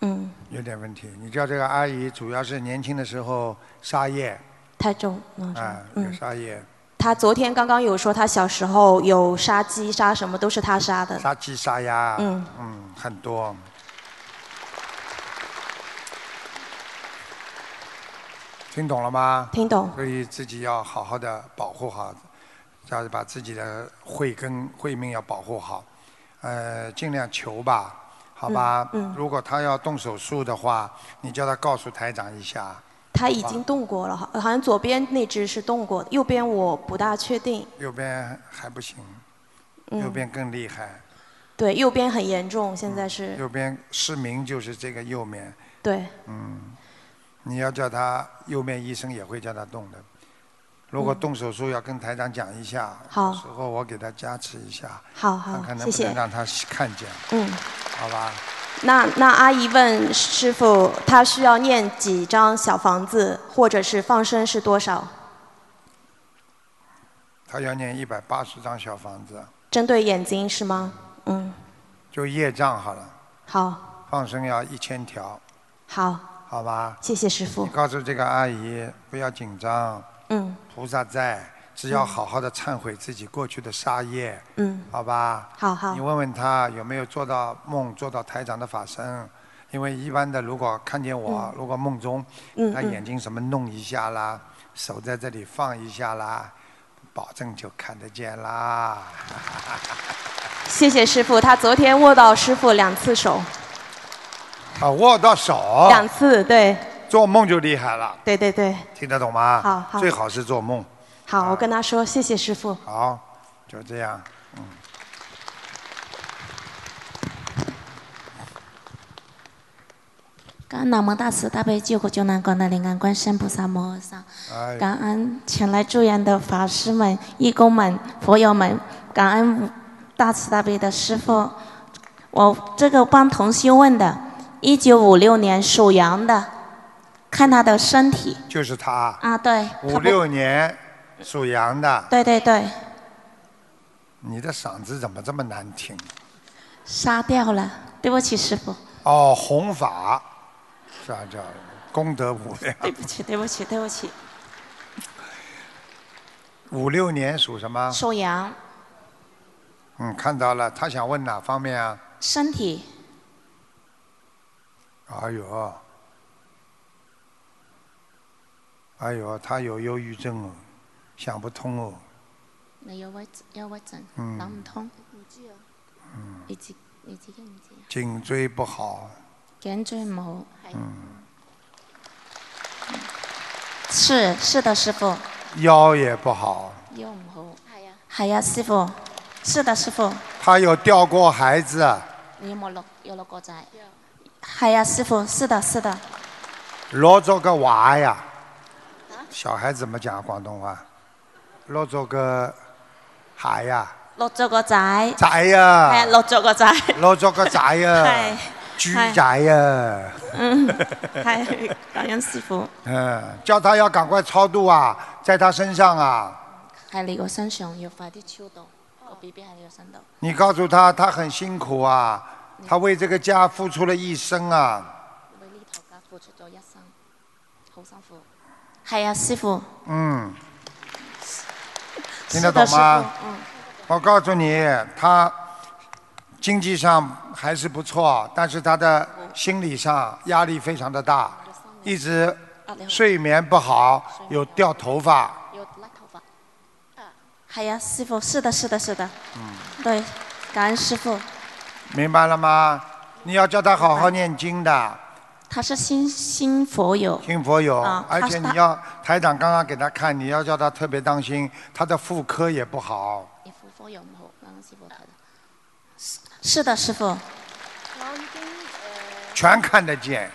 Speaker 7: 嗯，
Speaker 2: 有点问题。你叫这个阿姨主要是年轻的时候杀业
Speaker 7: 太重，嗯，是
Speaker 2: 啊
Speaker 7: 吧，
Speaker 2: 有
Speaker 7: 嗯，
Speaker 2: 杀业，
Speaker 7: 她昨天刚刚有说她小时候有杀鸡杀什么都是她杀的，
Speaker 2: 杀鸡杀鸭，
Speaker 7: 嗯
Speaker 2: 嗯，很多。听懂了吗？
Speaker 7: 听懂？
Speaker 2: 所以自己要好好的保护好，要把自己的慧根慧命要保护好，呃，尽量求吧，好吧。
Speaker 7: 嗯嗯
Speaker 2: 如果他要动手术的话，你叫他告诉台长一下，
Speaker 7: 她已经动过了，好好像左边那只是动过的，右边我不大确定。
Speaker 2: 右边还不行，
Speaker 7: 嗯
Speaker 2: 右边更厉害，
Speaker 7: 对，右边很严重，现在是、
Speaker 2: 右边失明就是这个右面，
Speaker 7: 对，
Speaker 2: 嗯你要叫他右面医生也会叫他动的。如果动手术要跟台长讲一下，
Speaker 7: 好
Speaker 2: 有时候我给他加持一下，
Speaker 7: 好
Speaker 2: 看
Speaker 7: 好
Speaker 2: 看，能
Speaker 7: 谢
Speaker 2: 不能
Speaker 7: 谢。
Speaker 2: 让他看见，
Speaker 7: 嗯，
Speaker 2: 好吧？
Speaker 7: 那那阿姨问师傅，她需要念几张小房子，或者是放生是多少？
Speaker 2: 他要念一百八十张小房子，
Speaker 7: 针对眼睛是吗？嗯，
Speaker 2: 就业障好了，
Speaker 7: 好，
Speaker 2: 放生要一千条，
Speaker 7: 好，
Speaker 2: 好吧？
Speaker 7: 谢谢师傅
Speaker 2: 你。告诉这个阿姨不要紧张，
Speaker 7: 嗯
Speaker 2: 菩萨在，只要好好的忏悔自己过去的杀业，
Speaker 7: 嗯，
Speaker 2: 好吧？
Speaker 7: 好
Speaker 2: 你
Speaker 7: 好，
Speaker 2: 问问他有没有做到梦，做到台长的法身。因为一般的，如果看见我，如果梦中，
Speaker 7: 嗯
Speaker 2: 他眼
Speaker 7: 嗯，
Speaker 2: 睛什么弄一下啦，手在这里放一下啦，保证就看得见啦。
Speaker 7: 谢谢师傅。他昨天握到师傅两次手，
Speaker 2: 啊，握到手，
Speaker 7: 两次，对
Speaker 2: 做梦就厉害了，
Speaker 7: 对对对，
Speaker 2: 听得懂吗？
Speaker 7: 好好
Speaker 2: 最好是做梦。
Speaker 7: 好，我跟他说谢谢师傅。
Speaker 2: 好，就这样。
Speaker 8: 感恩南无大慈大悲救苦救难广大灵感观世音菩萨摩诃萨，
Speaker 2: 哎，
Speaker 8: 感恩前来助缘的法师们、义工们、佛友们，感恩大慈大悲的师父。我这个帮同修问的，一九五六年属羊的，看他的身体
Speaker 2: 就是他，
Speaker 8: 啊，对，
Speaker 2: 五
Speaker 8: 他不
Speaker 2: 六年属羊的，
Speaker 8: 对对对，
Speaker 2: 你的嗓子怎么这么难听？
Speaker 8: 杀掉了，对不起师傅，
Speaker 2: 哦，弘法，是啊，叫功德无量。
Speaker 8: 对不起对不起对不起，
Speaker 2: 五六年属什么？
Speaker 8: 属羊，
Speaker 2: 嗯，看到了，他想问哪方面啊？
Speaker 8: 身体
Speaker 2: 哎呦，哎呦，他有忧郁症哦，想不通哦，
Speaker 9: 你憂鬱憂鬱症，
Speaker 2: 嗯
Speaker 9: 諗唔通。
Speaker 10: 唔知啊，
Speaker 9: 你自你自己唔知啊，
Speaker 2: 颈椎不好，嗯
Speaker 9: 頸椎唔好，
Speaker 8: 哎
Speaker 9: 係
Speaker 8: 是是的，师傅。
Speaker 2: 腰也不好，
Speaker 9: 腰唔好。係啊。
Speaker 8: 好呀，师傅。是的，师傅。
Speaker 2: 他有掉过孩子，啊
Speaker 9: 你有冇落有落過債？
Speaker 8: 好呀，师傅。是的，是的。
Speaker 2: 落着个娃呀。小孩怎么讲广东话？落着个孩呀，
Speaker 8: 落咗個仔。
Speaker 2: 宅呀
Speaker 8: 係，哎落咗個仔。
Speaker 2: 落着个宅呀，
Speaker 8: 係。
Speaker 2: 居宅呀。
Speaker 8: 嗯，
Speaker 2: 哎
Speaker 8: 係感恩師傅。
Speaker 2: 嗯，叫他要赶快超度啊，在他身上啊，
Speaker 9: 喺你個身上要快啲超度，個 B B 喺你個身度。
Speaker 2: 你告诉他，他很辛苦啊，他为这个家付出了一生啊，
Speaker 9: 為呢頭家付出咗一生，好辛苦。
Speaker 8: 係呀，師傅。
Speaker 2: 嗯，听
Speaker 8: 是
Speaker 2: 得
Speaker 8: 的，
Speaker 2: 懂
Speaker 8: 師
Speaker 2: 吗？
Speaker 8: 傅。嗯。
Speaker 2: 我告诉你，他经济上还是不错，但是他的心理上压力非常的大，一直睡眠不好，有掉头发，
Speaker 9: 要甩頭髮，
Speaker 8: 好呀，师傅。是的，是的，是的。
Speaker 2: 嗯，
Speaker 8: 對，感恩師傅。
Speaker 2: 明白了吗？你要叫他好好念经的，
Speaker 8: 他是新新佛友。
Speaker 2: 听佛友
Speaker 8: 啊，
Speaker 2: 而
Speaker 8: 他
Speaker 2: 且
Speaker 8: 是
Speaker 2: 你
Speaker 8: 他
Speaker 2: 要台长刚刚给他看，你要叫他特别当心，他的妇科也不好，
Speaker 9: 你婦科又唔好，啱啱師傅睇到。
Speaker 8: 是的，师傅。
Speaker 10: 然后已经
Speaker 2: 全看得见，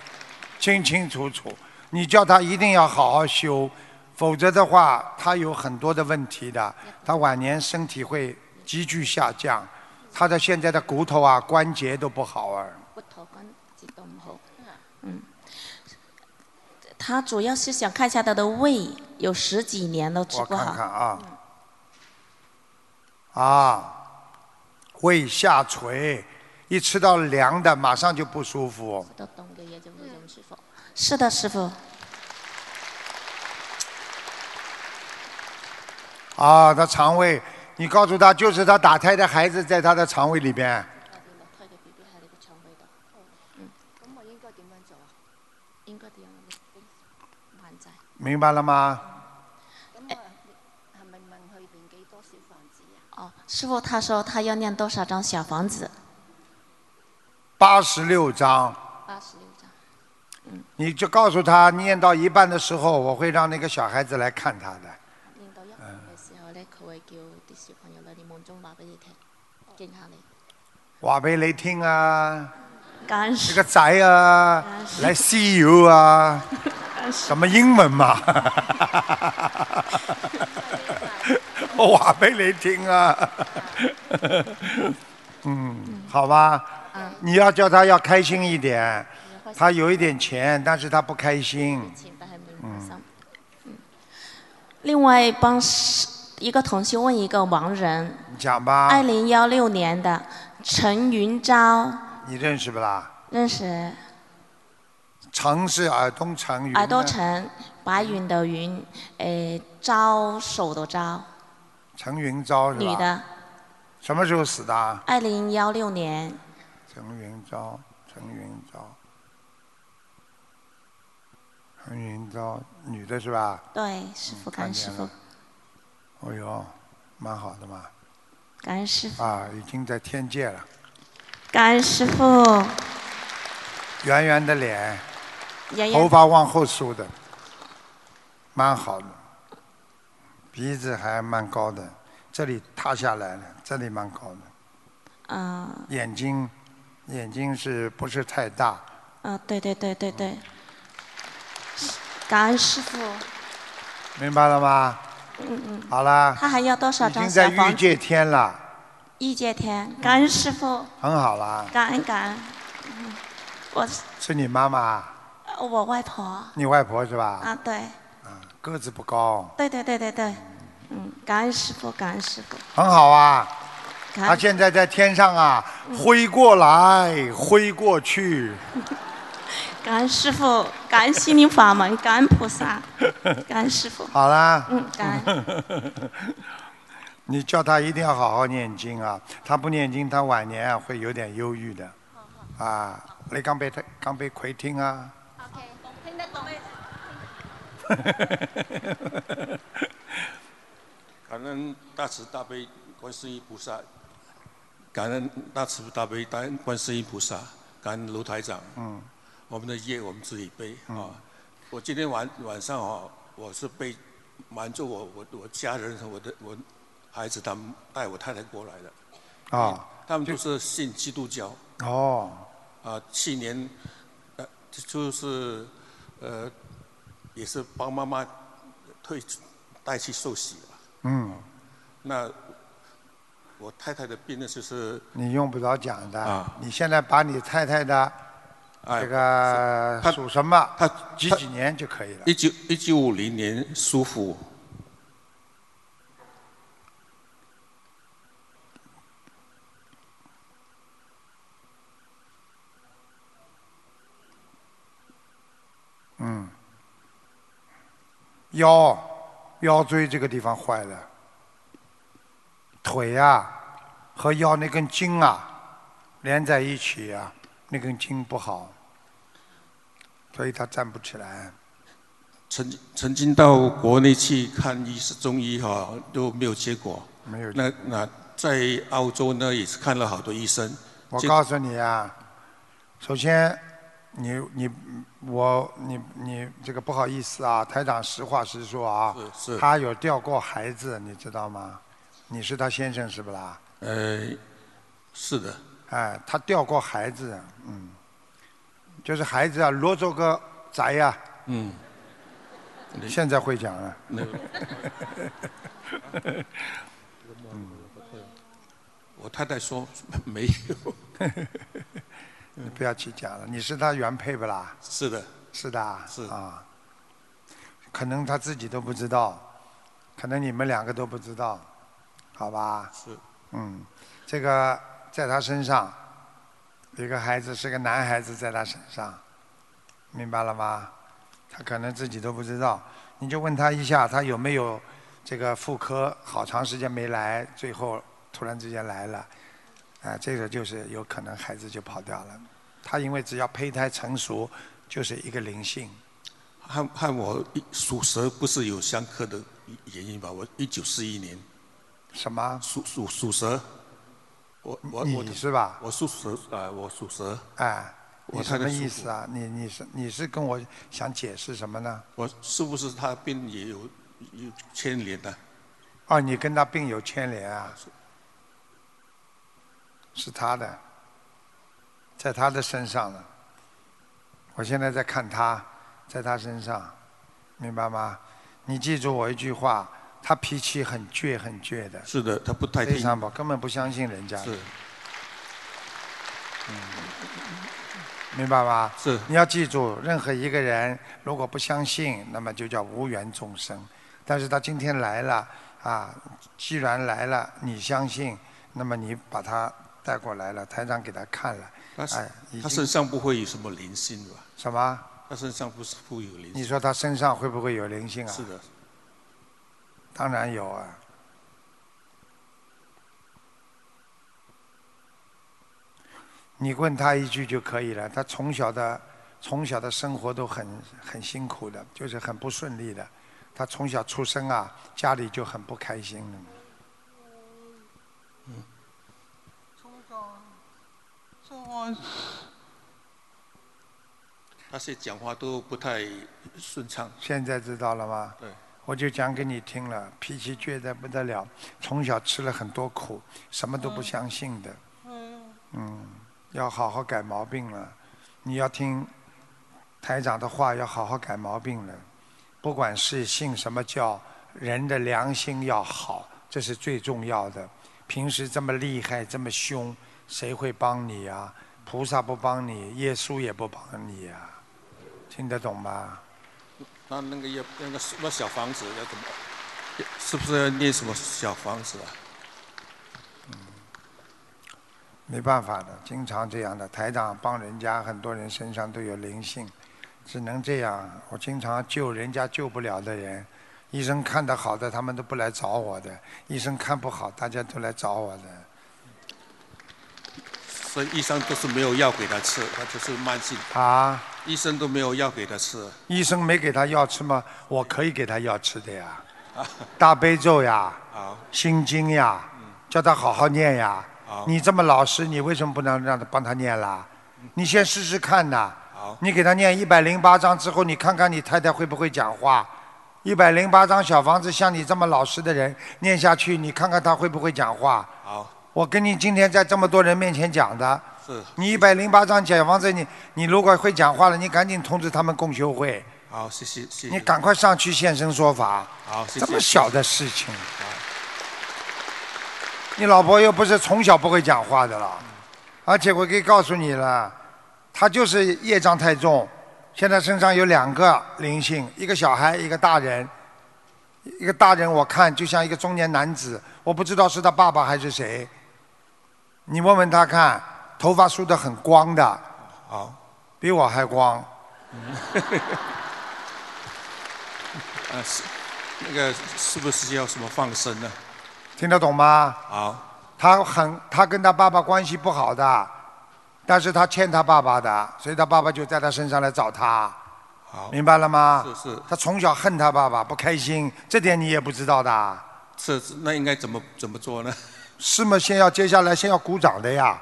Speaker 2: 清清楚楚。你叫他一定要好好修，否则的话，他有很多的问题的，他晚年身体会急剧下降，他的现在的骨头啊、关节都不好啊。
Speaker 9: 骨頭筋節都唔好，
Speaker 8: 嗯他主要是想看一下他的胃，有十几年都治
Speaker 2: 我
Speaker 8: 不
Speaker 2: 看看
Speaker 8: 好。
Speaker 2: 啊，啊，胃下垂，一吃到凉的马上就不舒服。
Speaker 9: 到凍嘅嘢就會唔舒服。
Speaker 8: 是的，师傅。
Speaker 2: 啊，他肠胃，你告诉他，就是他打胎的孩子在他的肠胃里边，
Speaker 10: 咁我應該點樣做啊？
Speaker 9: 應該點樣還債？
Speaker 2: 明白了吗？
Speaker 10: 咁啊，係咪問佢年幾多小房子啊？
Speaker 8: 哦，师傅他说他要念多少张小房子？
Speaker 2: 八十六章，
Speaker 9: 八十六張，
Speaker 2: 你就告诉他，念到一半的时候，我会让那个小孩子来看他的。
Speaker 9: 練到一半嘅時候咧，佢會叫啲小朋友嚟你夢中話俾你聽，
Speaker 8: 哦
Speaker 9: 見下你。
Speaker 2: 话俾你听啊，
Speaker 8: 感恩
Speaker 2: 这
Speaker 8: 师
Speaker 2: 个宅啊，来 see you 啊，什么英文嘛？我话俾你听啊，嗯，好吧，你要叫他要开心一点，他有一点钱，但是他不开心，
Speaker 9: 前但係唔開心，
Speaker 8: 另外帮师一个同学问一个盲人，
Speaker 2: 你嗯讲吧，
Speaker 8: 二零幺六年的陈云昭，
Speaker 2: 你认识不啦？
Speaker 8: 认
Speaker 2: 啊
Speaker 8: 识
Speaker 2: 城是耳东城，云呢
Speaker 8: 耳朵陈，白云的云，诶，招手的招，
Speaker 2: 陈云昭是吧？
Speaker 8: 女的，
Speaker 2: 什么时候死的啊？
Speaker 8: 二零幺六年，
Speaker 2: 陈云昭，陈云昭，陈云昭，女的是吧？
Speaker 8: 对，师傅感
Speaker 2: 看
Speaker 8: 恩
Speaker 2: 见
Speaker 8: 师
Speaker 2: 了
Speaker 8: 傅，。
Speaker 2: 哎呦，蛮好的嘛，
Speaker 8: 感恩师傅，
Speaker 2: 啊，已经在天界了，
Speaker 8: 感恩师傅，
Speaker 2: 圆圆的脸，
Speaker 8: 圆
Speaker 2: 头
Speaker 8: 圆
Speaker 2: 发往后梳的，蛮好的，鼻子还蛮高的，这里塌下来了，这里蛮高的，
Speaker 8: 啊
Speaker 2: 眼睛，眼睛是不是太大？
Speaker 8: 啊，对对对对对，感恩师傅，
Speaker 2: 明白了吗？
Speaker 8: 嗯嗯，
Speaker 2: 好啦，
Speaker 8: 他还要多少
Speaker 2: 已经
Speaker 8: 张
Speaker 2: 在
Speaker 8: 小
Speaker 2: 欲
Speaker 8: 房子？
Speaker 2: 界天了，
Speaker 8: 易界天，感恩师傅，
Speaker 2: 很好啦。
Speaker 8: 感恩感恩，嗯我
Speaker 2: 是你妈妈，
Speaker 8: 我外婆
Speaker 2: 你外婆是吧？
Speaker 8: 啊，对
Speaker 2: 个子不高，
Speaker 8: 对对对对对，嗯，感恩师傅，感恩师傅，
Speaker 2: 很好啊。
Speaker 8: 感
Speaker 2: 她
Speaker 8: 恩
Speaker 2: 现在在天上啊，挥过来，挥过去。
Speaker 8: 感恩师傅，感恩心灵法门，感恩菩萨，感恩师傅，
Speaker 2: 好啦，
Speaker 8: 嗯，感恩
Speaker 2: 你叫她一定要好好念经啊，她不念经，她晚年啊会有点忧郁的。啊，你刚被她刚被奎听啊。OK，听得懂。
Speaker 11: 感恩大慈大悲观世音菩萨，感恩大慈大悲感恩观世音菩萨，感恩卢台长。
Speaker 2: 嗯，
Speaker 11: 我们的业我们自己背啊、我今天晚晚上哈、我是被瞒着我我我家人和我的我孩子他们带我太太过来的，
Speaker 2: 啊，
Speaker 11: 他们都是信基督教。
Speaker 2: 哦，
Speaker 11: 啊，去年，呃，就是，呃，也是帮妈妈退带去受洗了。
Speaker 2: 嗯，
Speaker 11: 那我太太的病呢，就是
Speaker 2: 你用不着讲的。
Speaker 11: 啊
Speaker 2: 你现在把你太太的
Speaker 11: 哎
Speaker 2: 这个
Speaker 11: 他
Speaker 2: 属什么？
Speaker 11: 他
Speaker 2: 几几年就可以了。
Speaker 11: 一九一九五零年叔父，
Speaker 2: 嗯，腰腰椎这个地方坏了，腿呀、啊和腰那根筋啊连在一起啊，那根筋不好，所以他站不起来。
Speaker 11: 曾经曾经到国内去看医生中医哈、都没有结果。
Speaker 2: 没有。
Speaker 11: 那那在澳洲呢，也是看了好多医生。
Speaker 2: 我
Speaker 11: 结
Speaker 2: 告诉你啊，首先，你你我你你这个不好意思啊，台长实话实说啊，
Speaker 11: 是是
Speaker 2: 他有掉过孩子，你知道吗？你是他先生是不啦？
Speaker 11: 呃，是的，
Speaker 2: 哎，他掉过孩子，嗯，就是孩子啊，落着个宅呀、
Speaker 11: 嗯，
Speaker 2: 现在会讲啊了。
Speaker 11: 那
Speaker 2: 嗯
Speaker 11: 我太太说没有，
Speaker 2: 你不要去讲了，你是他原配不啦？
Speaker 11: 是的，
Speaker 2: 是的啊，
Speaker 11: 是
Speaker 2: 啊，可能他自己都不知道，可能你们两个都不知道，好吧？
Speaker 11: 是，
Speaker 2: 嗯，这个在他身上，有一个孩子是个男孩子，在他身上，明白了吗？他可能自己都不知道，你就问他一下，他有没有这个妇科好长时间没来，最后突然之间来了，啊，这个就是有可能孩子就跑掉了。他因为只要胚胎成熟，就是一个灵性。
Speaker 11: 和和我一属蛇不是有相克的原因吧？我一九四一年，
Speaker 2: 什么
Speaker 11: 属属属蛇？我我我
Speaker 2: 你是吧？
Speaker 11: 我属蛇啊、我属蛇。
Speaker 2: 哎，你
Speaker 11: 我太
Speaker 2: 什
Speaker 11: 太
Speaker 2: 么
Speaker 11: 属
Speaker 2: 意
Speaker 11: 虎
Speaker 2: 思啊？你你是你是跟我想解释什么呢？
Speaker 11: 我是不是他病也有有牵连的？
Speaker 2: 哦，你跟他病有牵连啊？是他的，在他的身上了。我现在在看他，在他身上，明白吗？你记住我一句话，他脾气很倔，很倔的，
Speaker 11: 是的，他不太
Speaker 2: 非
Speaker 11: 听。
Speaker 2: 常不，根本不相信人家的。
Speaker 11: 是
Speaker 2: 明白吧？
Speaker 11: 是。
Speaker 2: 你要记住，任何一个人如果不相信，那么就叫无缘众生。但是他今天来了啊，既然来了，你相信，那么你把他带过来了，台长给他看了，
Speaker 11: 他是、
Speaker 2: 哎，已
Speaker 11: 他
Speaker 2: 经
Speaker 11: 身上不会有什么灵性吧？
Speaker 2: 什么？
Speaker 11: 他身上不是会有灵
Speaker 2: 你
Speaker 11: 性？
Speaker 2: 说他身上会不会有灵性啊？
Speaker 11: 是的，
Speaker 2: 当然有啊。你问他一句就可以了。他从小的从小的生活都很很辛苦的，就是很不顺利的。他从小出生啊，家里就很不开心的。
Speaker 11: 他现在讲话都不太顺畅。
Speaker 2: 现在知道了吗？
Speaker 11: 对，
Speaker 2: 我就讲给你听了，脾气倔得不得了，从小吃了很多苦，什么都不相信的。嗯，要好好改毛病了。你要听台长的话，要好好改毛病了。不管是信什么教，人的良心要好，这是最重要的。平时这么厉害，这么凶，谁会帮你啊？菩萨不帮你，耶稣也不帮你啊，听得懂吗？
Speaker 11: 那那个要那个什么小房子要怎么？是不是要念什么小房子啊？
Speaker 2: 嗯没办法的，经常这样的。台长帮人家，很多人身上都有灵性，只能这样。我经常救人家救不了的人，医生看得好的，他们都不来找我的；医生看不好，大家都来找我的。
Speaker 11: 所以医生都是没有药给他吃，他就是慢性，
Speaker 2: 啊，
Speaker 11: 医生都没有药给他吃。
Speaker 2: 医生没给他药吃吗？我可以给他药吃的呀。大悲咒呀
Speaker 11: 好，嗯
Speaker 2: 心经呀，叫他好好念呀
Speaker 11: 好。
Speaker 2: 你这么老实，你为什么不能让他帮他念啦？你先试试看呐。
Speaker 11: 好
Speaker 2: 你给他念一百零八章之后，你看看你太太会不会讲话。一百零八张小房子，像你这么老实的人念下去，你看看他会不会讲话？
Speaker 11: 好，
Speaker 2: 我跟你今天在这么多人面前讲的，
Speaker 11: 是
Speaker 2: 你一百零八张小房子，你你如果会讲话了，你赶紧通知他们共修会，
Speaker 11: 好，谢谢谢谢。
Speaker 2: 你赶快上去现身说法。
Speaker 11: 好，谢谢。
Speaker 2: 这么小的事情，你老婆又不是从小不会讲话的了，而且我可以告诉你了，她就是业障太重，现在身上有两个灵性，一个小孩，一个大人。一个大人我看就像一个中年男子，我不知道是他爸爸还是谁。你问问他看，头发梳得很光的，
Speaker 11: 好，
Speaker 2: 比我还光。
Speaker 11: 呃，是那个是不是要什么放生呢？
Speaker 2: 听得懂吗？
Speaker 11: 好，
Speaker 2: 他很，他跟他爸爸关系不好的，但是他欠他爸爸的，所以他爸爸就在他身上来找他，
Speaker 11: 好，
Speaker 2: 明白了吗？
Speaker 11: 是是
Speaker 2: 他从小恨他爸爸，不开心，这点你也不知道的啊。
Speaker 11: 是是，那应该怎么怎么做呢？
Speaker 2: 是吗？先要接下来先要鼓掌的呀。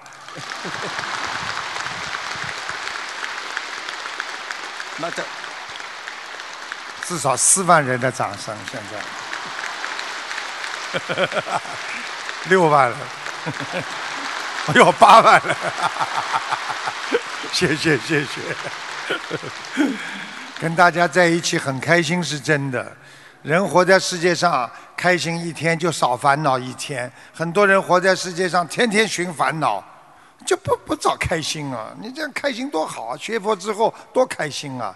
Speaker 11: 那这
Speaker 2: 至少四万人的掌声，现在 六万了，哎呦八万了， 谢谢谢谢， 跟大家在一起很开心是真的。人活在世界上，开心一天就少烦恼一天。很多人活在世界上，天天寻烦恼，就不不找开心啊！你这样开心多好啊！学佛之后多开心啊！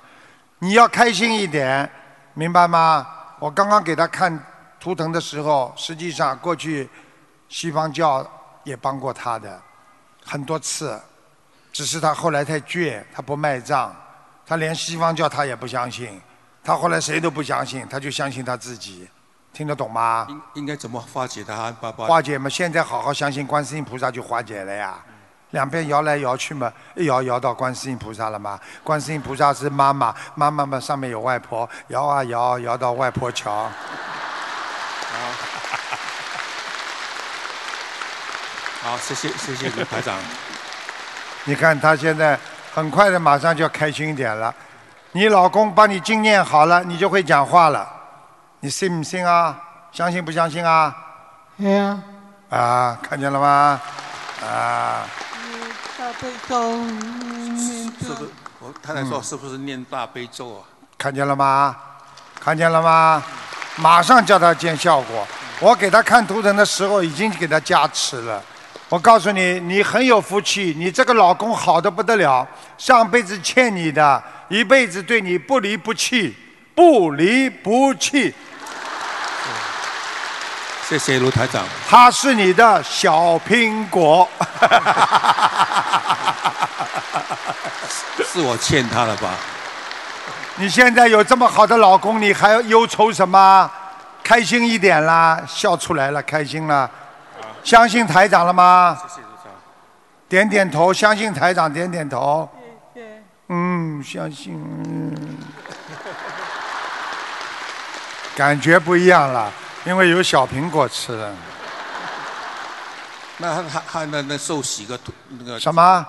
Speaker 2: 你要开心一点，明白吗？我刚刚给他看图腾的时候，实际上过去西方教也帮过他的很多次，只是他后来太倔，他不卖账，他连西方教他也不相信，他后来谁都不相信，他就相信他自己，听得懂吗？
Speaker 11: 应应该怎么化解它？爸爸
Speaker 2: 化解嘛，现在好好相信观世音菩萨就化解了呀。两边摇来摇去嘛，一摇摇到观世音菩萨了嘛。观世音菩萨是妈妈，妈妈嘛上面有外婆，摇啊摇，摇到外婆桥。
Speaker 11: 好，谢谢谢谢卢台长。
Speaker 2: 你看他现在很快的，马上就要开心一点了。你老公把你经念好了，你就会讲话了。你信不信啊？相信不相信啊？
Speaker 6: 系啊，
Speaker 2: 啊，看见了吗？啊，
Speaker 6: 大悲咒，
Speaker 11: 是不是？ 我太太说是不是念大悲咒啊？
Speaker 2: 看见了吗？看见了吗？马上叫他见效果。我给他看图腾的时候，已经给他加持了。我告诉你，你很有福气，你这个老公好的不得了，上辈子欠你的，一辈子对你不离不弃，不离不弃。
Speaker 11: 谢谢卢台长。
Speaker 2: 他是你的小苹果，
Speaker 11: 是我欠他了吧？
Speaker 2: 你现在有这么好的老公，你还忧愁什么？开心一点啦，笑出来了，开心了。相信台长了吗？
Speaker 11: 谢谢卢台长。
Speaker 2: 点点头，相信台长，点点头。嗯，相信。嗯感觉不一样了，因为有小苹果吃了。
Speaker 11: 那还还那那受洗个那个
Speaker 2: 什？么？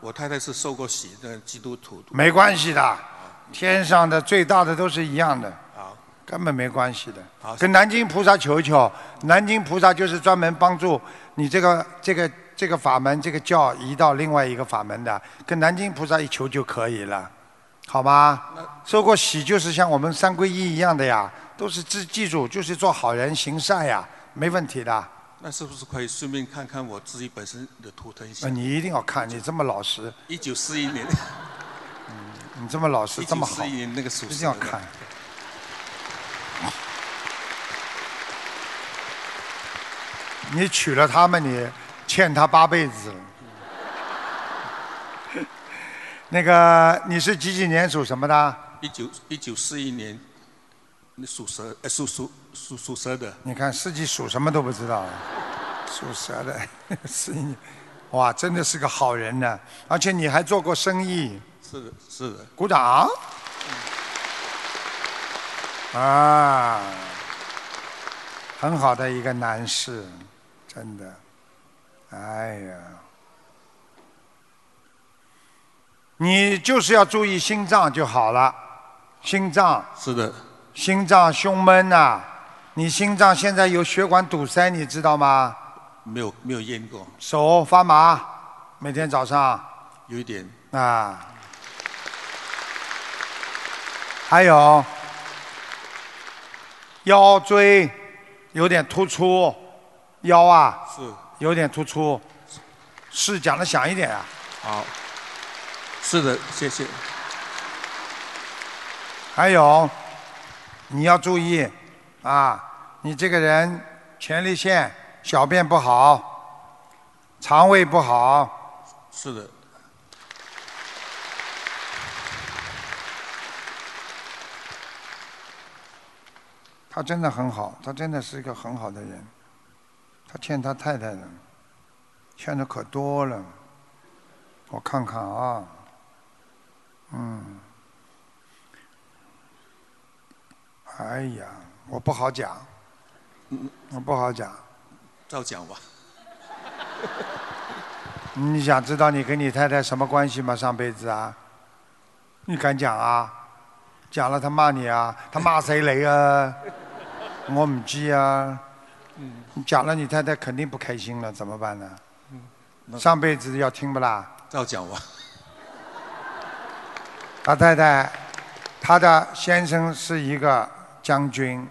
Speaker 11: 我太太是受过洗的基督徒。
Speaker 2: 没关系的，天上的最大的都是一样的。
Speaker 11: 好，
Speaker 2: 根本没关系的
Speaker 11: 好。
Speaker 2: 跟南京菩萨求求，南京菩萨就是专门帮助你这个这个这个法门这个教移到另外一个法门的，跟南京菩萨一求就可以了，好吗？受过洗就是像我们三皈依一样的呀，都是记记住就是做好人行善呀，没问题的。
Speaker 11: 那是不是可以顺便看看我自己本身的图腾？
Speaker 2: 呃你一定要看，你这么老实，
Speaker 11: 一九四一年，
Speaker 2: 你这么老实，
Speaker 11: 一
Speaker 2: 这
Speaker 11: 九
Speaker 2: 么好
Speaker 11: 四一，年那个属
Speaker 2: 一定
Speaker 11: 蛇
Speaker 2: 要
Speaker 11: 的
Speaker 2: 看。你娶了他们，你欠他八辈子。 那个，你是几几年属什么的？
Speaker 11: 一九一九四一年，那属蛇，呃，属属属属蛇的，
Speaker 2: 你看自己属什么都不知道，属蛇的， 是你，哇，真的是个好人呢、而且你还做过生意，
Speaker 11: 是的，是的，
Speaker 2: 鼓掌。啊，很好的一个男士，真的，哎呀，你就是要注意心脏就好了，心脏
Speaker 11: 是的，
Speaker 2: 心脏胸闷呐、你心脏现在有血管堵塞，你知道吗？
Speaker 11: 没有没有验过，
Speaker 2: 手发麻，每天早上
Speaker 11: 有一点
Speaker 2: 啊，还有腰椎有点突出，腰啊
Speaker 11: 是
Speaker 2: 有点突出，是讲的响一点啊。
Speaker 11: 好，是的，谢谢。
Speaker 2: 还有，你要注意啊，你这个人前列腺、小便不好，肠胃不好，
Speaker 11: 是的，
Speaker 2: 他真的很好，他真的是一个很好的人，他欠他太太的，欠的可多了。我看看啊，嗯，哎呀，我不好讲，我不好讲。
Speaker 11: 照讲吧。
Speaker 2: 你想知道你跟你太太什么关系吗？上辈子啊，你敢讲啊？讲了她骂你啊，她骂谁雷啊？我唔知啊。你讲了你太太肯定不开心了，怎么办呢？
Speaker 11: 嗯
Speaker 2: 上辈子要听不啦？
Speaker 11: 照讲吧。
Speaker 2: 他太太，他的先生是一个将军，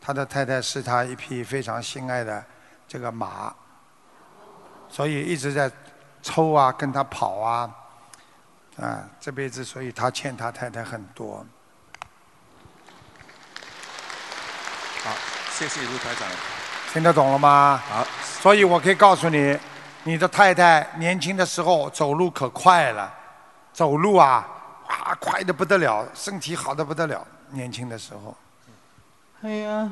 Speaker 2: 他的太太是他一匹非常心爱的这个马，所以一直在抽啊，跟他跑啊，啊，这辈子所以他欠他太太很多。
Speaker 11: 好，谢谢卢台长。
Speaker 2: 听得懂了吗？
Speaker 11: 好。
Speaker 2: 所以我可以告诉你，你的太太年轻的时候走路可快了，走路啊，哇，快的不得了，身体好的不得了，年轻的时候。
Speaker 6: 哎呀，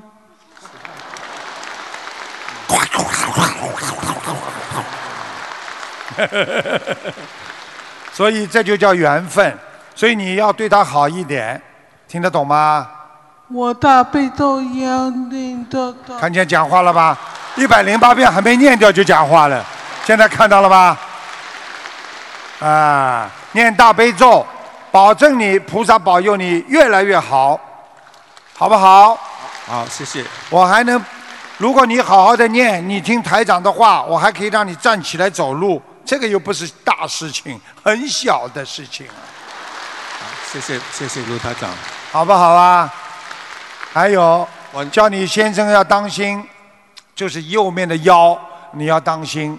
Speaker 2: 所以这就叫缘分，所以你要对她好一点，听得懂吗？
Speaker 6: 我大悲咒要念到到。
Speaker 2: 看见讲话了吧？一百零八遍还没念掉就讲话了，现在看到了吧？啊，念大悲咒，保证你菩萨保佑你越来越好，好不好？
Speaker 11: 好，谢谢。
Speaker 2: 我还能，如果你好好的念，你听台长的话，我还可以让你站起来走路，这个又不是大事情，很小的事情啊。
Speaker 11: 谢谢谢谢卢台长。
Speaker 2: 好不好啊？还有，叫你先生要当心，就是右面的腰你要当心，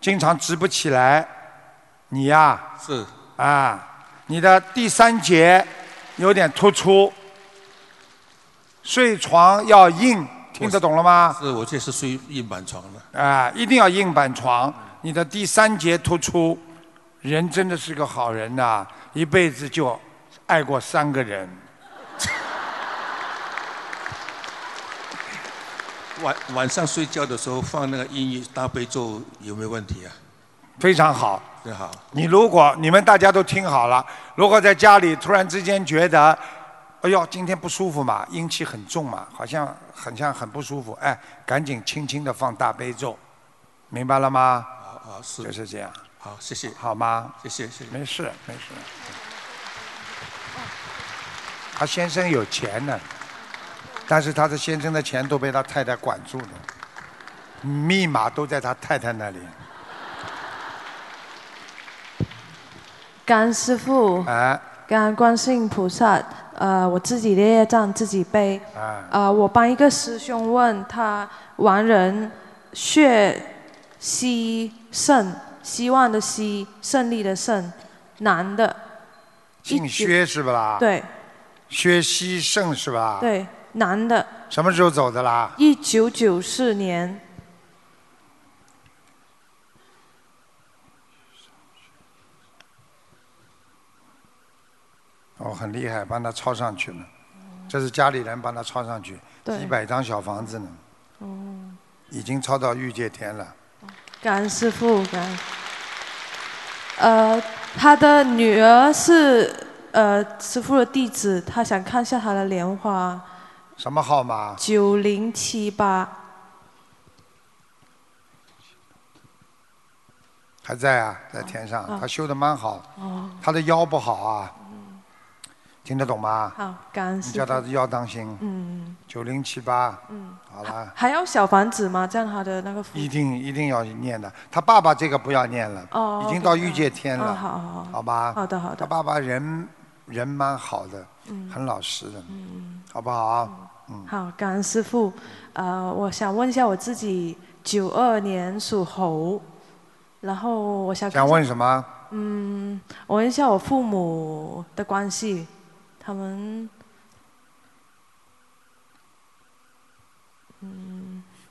Speaker 2: 经常直不起来。你呀、
Speaker 11: 是
Speaker 2: 啊，你的第三节有点突出，睡床要硬，听得懂了吗？
Speaker 11: 是我这是睡硬板床了，
Speaker 2: 啊，一定要硬板床，你的第三节突出，人真的是个好人呐、一辈子就爱过三个人。
Speaker 11: 晚晚上睡觉的时候放那个英语大悲咒有没有问题啊？
Speaker 2: 非常好。
Speaker 11: 真好，
Speaker 2: 你如果你们大家都听好了，如果在家里突然之间觉得，哎呦，今天不舒服嘛，阴气很重嘛，好像很像很不舒服，哎，赶紧轻轻的放大悲咒，明白了吗？
Speaker 11: 好好啊是
Speaker 2: 就是这样。
Speaker 11: 好，谢谢。
Speaker 2: 好吗？
Speaker 11: 谢谢谢谢。
Speaker 2: 没事没事。他先生有钱呢，但是他的先生的钱都被他太太管住了，密码都在他太太那里。
Speaker 4: 感恩师傅，
Speaker 2: 哎，
Speaker 4: 感恩观世音菩萨。呃，我自己的业障自己背。
Speaker 2: 啊
Speaker 4: 呃，我帮一个师兄问他亡人血希胜，希望的希，胜利的胜，男的，
Speaker 2: 姓薛是不啦？
Speaker 4: 对。
Speaker 2: 薛西胜是吧？。
Speaker 4: 对，男的，
Speaker 2: 什么时候走的啦？
Speaker 4: 一九九四年，
Speaker 2: 哦，很厉害，帮他抄上去了。这是家里人帮他抄上去，
Speaker 4: 对
Speaker 2: 几百张小房子呢，
Speaker 4: 嗯，
Speaker 2: 已经抄到御界天了。
Speaker 4: 感恩师傅，感恩。呃，他的女儿是呃师傅的弟子，他想看一下他的莲花，
Speaker 2: 什么号码？
Speaker 4: 九零七八，
Speaker 2: 还在啊，在天上
Speaker 4: 哦，
Speaker 2: 他修的蛮好，
Speaker 4: 哦，
Speaker 2: 他的腰不好啊，听得懂吗？
Speaker 4: 好，感恩
Speaker 2: 你
Speaker 4: 师
Speaker 2: 叫他
Speaker 4: 父。
Speaker 2: 的腰当心，
Speaker 4: 嗯
Speaker 2: 九零七八，
Speaker 4: 嗯，
Speaker 2: 好了，
Speaker 4: 还要小房子吗？这样他的那个福
Speaker 2: 一定一定要念的。他爸爸这个不要念了，
Speaker 4: 哦
Speaker 2: 已经到欲界天
Speaker 4: 哦
Speaker 2: 了，
Speaker 4: 好好好
Speaker 2: 吧？
Speaker 4: 好的好的嗯
Speaker 2: 他爸爸人人蛮好的，很老实的，好不好？嗯，
Speaker 4: 好，感恩师傅。呃，我想问一下我自己，九二年属猴，然后我想
Speaker 2: 想问什么？
Speaker 4: 嗯，我问一下我父母的关系，他们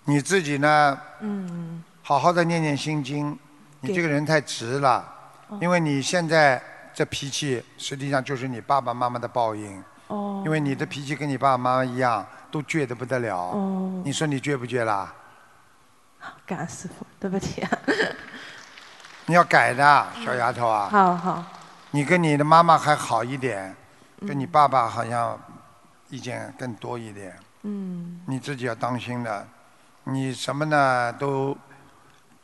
Speaker 2: 你自己呢？
Speaker 4: 嗯
Speaker 2: 好好的念念心经，你
Speaker 4: 对
Speaker 2: 这个人太直了，
Speaker 4: 哦
Speaker 2: 因为你现在这脾气实际上就是你爸爸妈妈的报应，
Speaker 4: 哦，
Speaker 2: 因为你的脾气跟你爸爸妈妈一样，都倔得不得了。
Speaker 4: 哦
Speaker 2: 你说你倔不倔啦？
Speaker 4: 感恩师傅，对不起、啊。
Speaker 2: 你要改的，小丫头啊。
Speaker 4: 嗯好好，
Speaker 2: 你跟你的妈妈还好一点，
Speaker 4: 嗯
Speaker 2: 跟你爸爸好像意见更多一点，
Speaker 4: 嗯
Speaker 2: 你自己要当心的。你什么呢都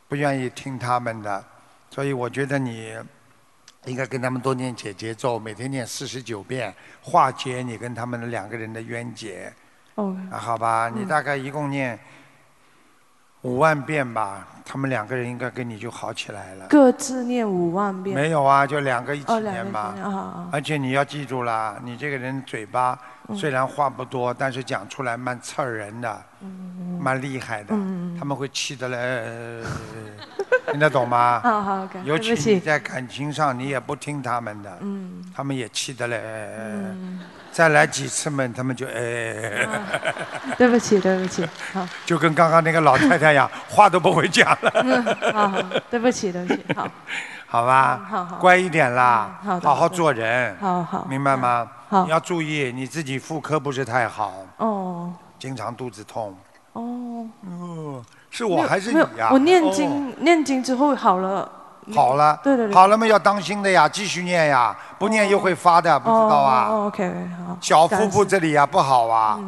Speaker 2: 不愿意听他们的，所以我觉得你应该跟他们多念解结咒，每天念四十九遍，化解你跟他们两个人的冤结。
Speaker 4: 哦，
Speaker 2: 啊，好吧，你
Speaker 4: 嗯
Speaker 2: 大概一共念五万遍吧，他们两个人应该跟你就好起来了。
Speaker 4: 各自念五万遍。
Speaker 2: 没有啊，就两个一起
Speaker 4: 哦，两
Speaker 2: 念
Speaker 4: 个
Speaker 2: 嘛。
Speaker 4: 字念啊啊
Speaker 2: 而且你要记住啦，你这个人嘴巴
Speaker 4: 嗯
Speaker 2: 虽然话不多，但是讲出来蛮刺儿人的，
Speaker 4: 哦嗯
Speaker 2: 蛮厉害的，他们会气得来，呃听得懂 吗？
Speaker 4: 好好感
Speaker 2: 尤
Speaker 4: 对不
Speaker 2: 其你
Speaker 4: 起
Speaker 2: 在感情上，你也不听他们的，
Speaker 4: 嗯
Speaker 2: 他们也气得来，呃
Speaker 4: 嗯，啊
Speaker 2: 再来几次嘛，他们就哎，
Speaker 4: 对不起，对不起，好，
Speaker 2: 就跟刚刚那个老太太一 样，话都不会讲
Speaker 4: 嗯，
Speaker 2: 了，
Speaker 4: 好好，对不起，对不起，好，
Speaker 2: 好吧？
Speaker 4: 好好
Speaker 2: 乖一点啦，
Speaker 4: 嗯好的
Speaker 2: 好
Speaker 4: 好的
Speaker 2: 做人，
Speaker 4: 好好
Speaker 2: 明白吗？
Speaker 4: 好
Speaker 2: 你要注意你自己妇科不是太好。
Speaker 4: 哦
Speaker 2: 经常肚子痛，
Speaker 4: 哦，
Speaker 2: 哦，是
Speaker 4: 没
Speaker 2: 我
Speaker 4: 有
Speaker 2: 还是
Speaker 4: 没
Speaker 2: 你
Speaker 4: 有
Speaker 2: 呀？
Speaker 4: 我念
Speaker 2: 哦
Speaker 4: 经、念经之后好了，
Speaker 2: 好了，
Speaker 4: 对对对，
Speaker 2: 好了嘛，要当心的呀，继续念呀，不念又会发的，不知道
Speaker 4: 哦
Speaker 2: 啊。
Speaker 4: 哦，OK，好，嗯
Speaker 2: 小
Speaker 4: 感
Speaker 2: 腹
Speaker 4: 恩
Speaker 2: 部这里呀不好啊，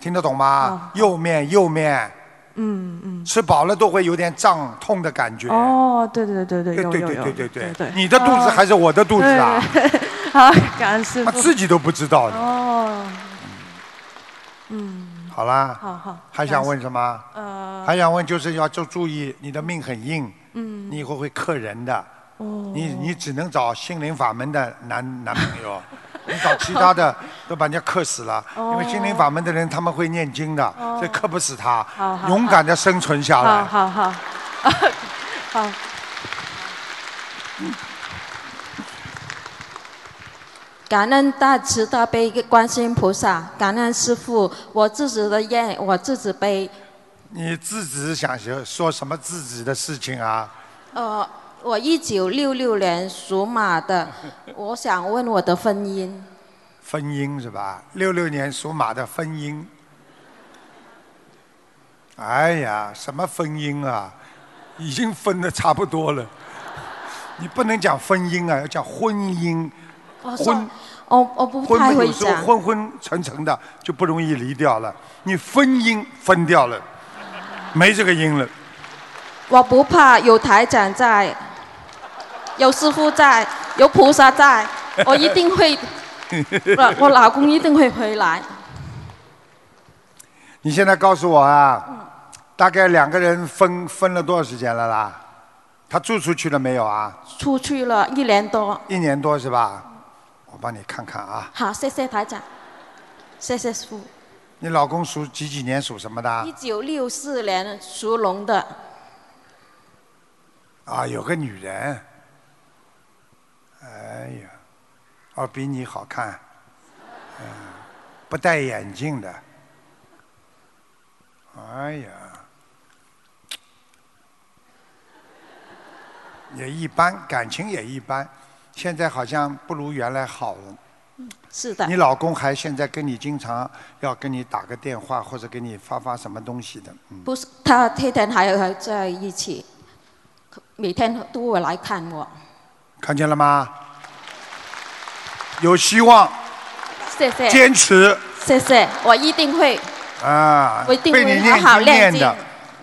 Speaker 2: 听得懂吗？右面右面，
Speaker 4: 嗯哦嗯，
Speaker 2: 吃饱了都会有点胀痛的感觉。
Speaker 4: 哦，对对对对，
Speaker 2: 对
Speaker 4: 有
Speaker 2: 对
Speaker 4: 有
Speaker 2: 对
Speaker 4: 有，
Speaker 2: 对对
Speaker 4: 对哦
Speaker 2: 对，你的肚子还是我的肚子啊？
Speaker 4: 对对好，感恩师
Speaker 2: 他
Speaker 4: 傅，
Speaker 2: 啊自己都不知道的。
Speaker 4: 哦，嗯，
Speaker 2: 好啦，
Speaker 4: 好好，
Speaker 2: 还想问什么？
Speaker 4: 呃，
Speaker 2: 还想问就是要注注意你的命很硬，
Speaker 4: 嗯
Speaker 2: 你以后会克人的。
Speaker 4: 哦，
Speaker 2: 你你只能找心灵法门的男男朋友， 你找其他的都把人家克死了。
Speaker 4: 哦
Speaker 2: 因为心灵法门的人他们会念经的，
Speaker 4: 哦
Speaker 2: 所以克不死他
Speaker 4: 好，好
Speaker 2: 勇敢的生存下
Speaker 4: 好
Speaker 2: 来。
Speaker 4: 好好， 好，
Speaker 12: 感恩大慈大悲观世音菩萨，感恩师父，我自己的愿我自己背。
Speaker 2: 你自己想说说什么自己的事情啊？
Speaker 12: 呃，我一九六六年属 马的，我想问我的婚姻。
Speaker 2: 婚姻是吧？六六年属马的婚姻。哎呀，什么婚姻啊？已经分的差不多了。你不能讲婚姻啊，要讲婚姻。
Speaker 12: 我说
Speaker 2: 婚，
Speaker 12: 我我不
Speaker 2: 婚
Speaker 12: 太
Speaker 2: 嘛
Speaker 12: 会
Speaker 2: 有时候
Speaker 12: 讲。
Speaker 2: 昏昏沉沉的就不容易离掉了。你婚姻分掉了，没这个音了。
Speaker 12: 我不怕，有台长在，有师傅在，有菩萨 在，我一定会，我我老公一定会回来。
Speaker 2: 你现在告诉我啊，大概两个人分分了多少时间了啦？他住出去了没有啊？
Speaker 12: 出去了一年多，
Speaker 2: 一年多是吧？我帮你看看啊。
Speaker 12: 好，谢谢台长，谢谢师傅。
Speaker 2: 你老公属几几年属什么的啊
Speaker 12: 一？九六四年属龙的，
Speaker 2: 啊，有个女人。哎呀，哦，比你好看。嗯，不戴眼镜的。哎呀，也一般，感情也一般，现在好像不如原来好了。
Speaker 12: 是的。
Speaker 2: 你老公还现在跟你经常要跟你打个电话，或者给你发发什么东西的，嗯。
Speaker 12: 不是他天天还还在一起，每天都会来看我。
Speaker 2: 看见了吗？有希望，
Speaker 12: 谢谢，
Speaker 2: 坚持
Speaker 12: 谢谢，我一定会，
Speaker 2: 啊！
Speaker 12: 我一定
Speaker 2: 被
Speaker 12: 会
Speaker 2: 你
Speaker 12: 好
Speaker 2: 念
Speaker 12: 好
Speaker 2: 经
Speaker 12: 念
Speaker 2: 念
Speaker 12: 经
Speaker 2: 的，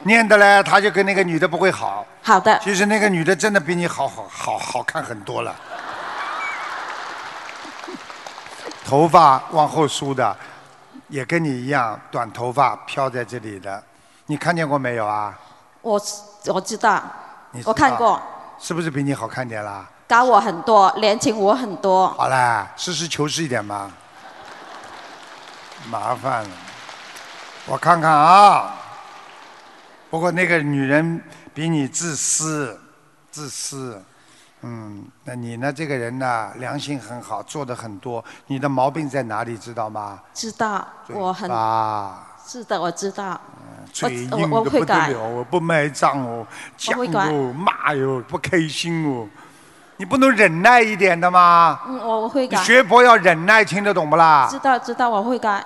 Speaker 2: 念的嘞，他就跟那个女的不会好。
Speaker 12: 好的。
Speaker 2: 其实那个女的真的比你好好好好看很多了。 头发往后梳的，也跟你一样，短头发飘在这里的，你看见过没有啊？
Speaker 12: 我我知道
Speaker 2: 你，知道
Speaker 12: 我看过，
Speaker 2: 是不是比你好看点啦？
Speaker 12: 高我很多，年轻我很多。
Speaker 2: 好啦，实事求是一点嘛。 麻烦了，我看看啊。不过那个女人比你自私，自私。嗯，那你呢？这个人呢，良心很好，做的很多。你的毛病在哪里？知道吗？
Speaker 12: 知道，我很
Speaker 2: 啊，
Speaker 12: 是的，我知道。我
Speaker 2: 嗯嘴硬
Speaker 12: 我我
Speaker 2: 的
Speaker 12: 会
Speaker 2: 不得
Speaker 12: 改
Speaker 2: 了，，我不买账哦，讲
Speaker 12: 会改
Speaker 2: 哦，骂哟，不开心哦。你不能忍耐一点的吗？
Speaker 12: 嗯，我我会
Speaker 2: 你
Speaker 12: 改。
Speaker 2: 学佛要忍耐，听得懂不啦
Speaker 12: 知？道知道，我会改。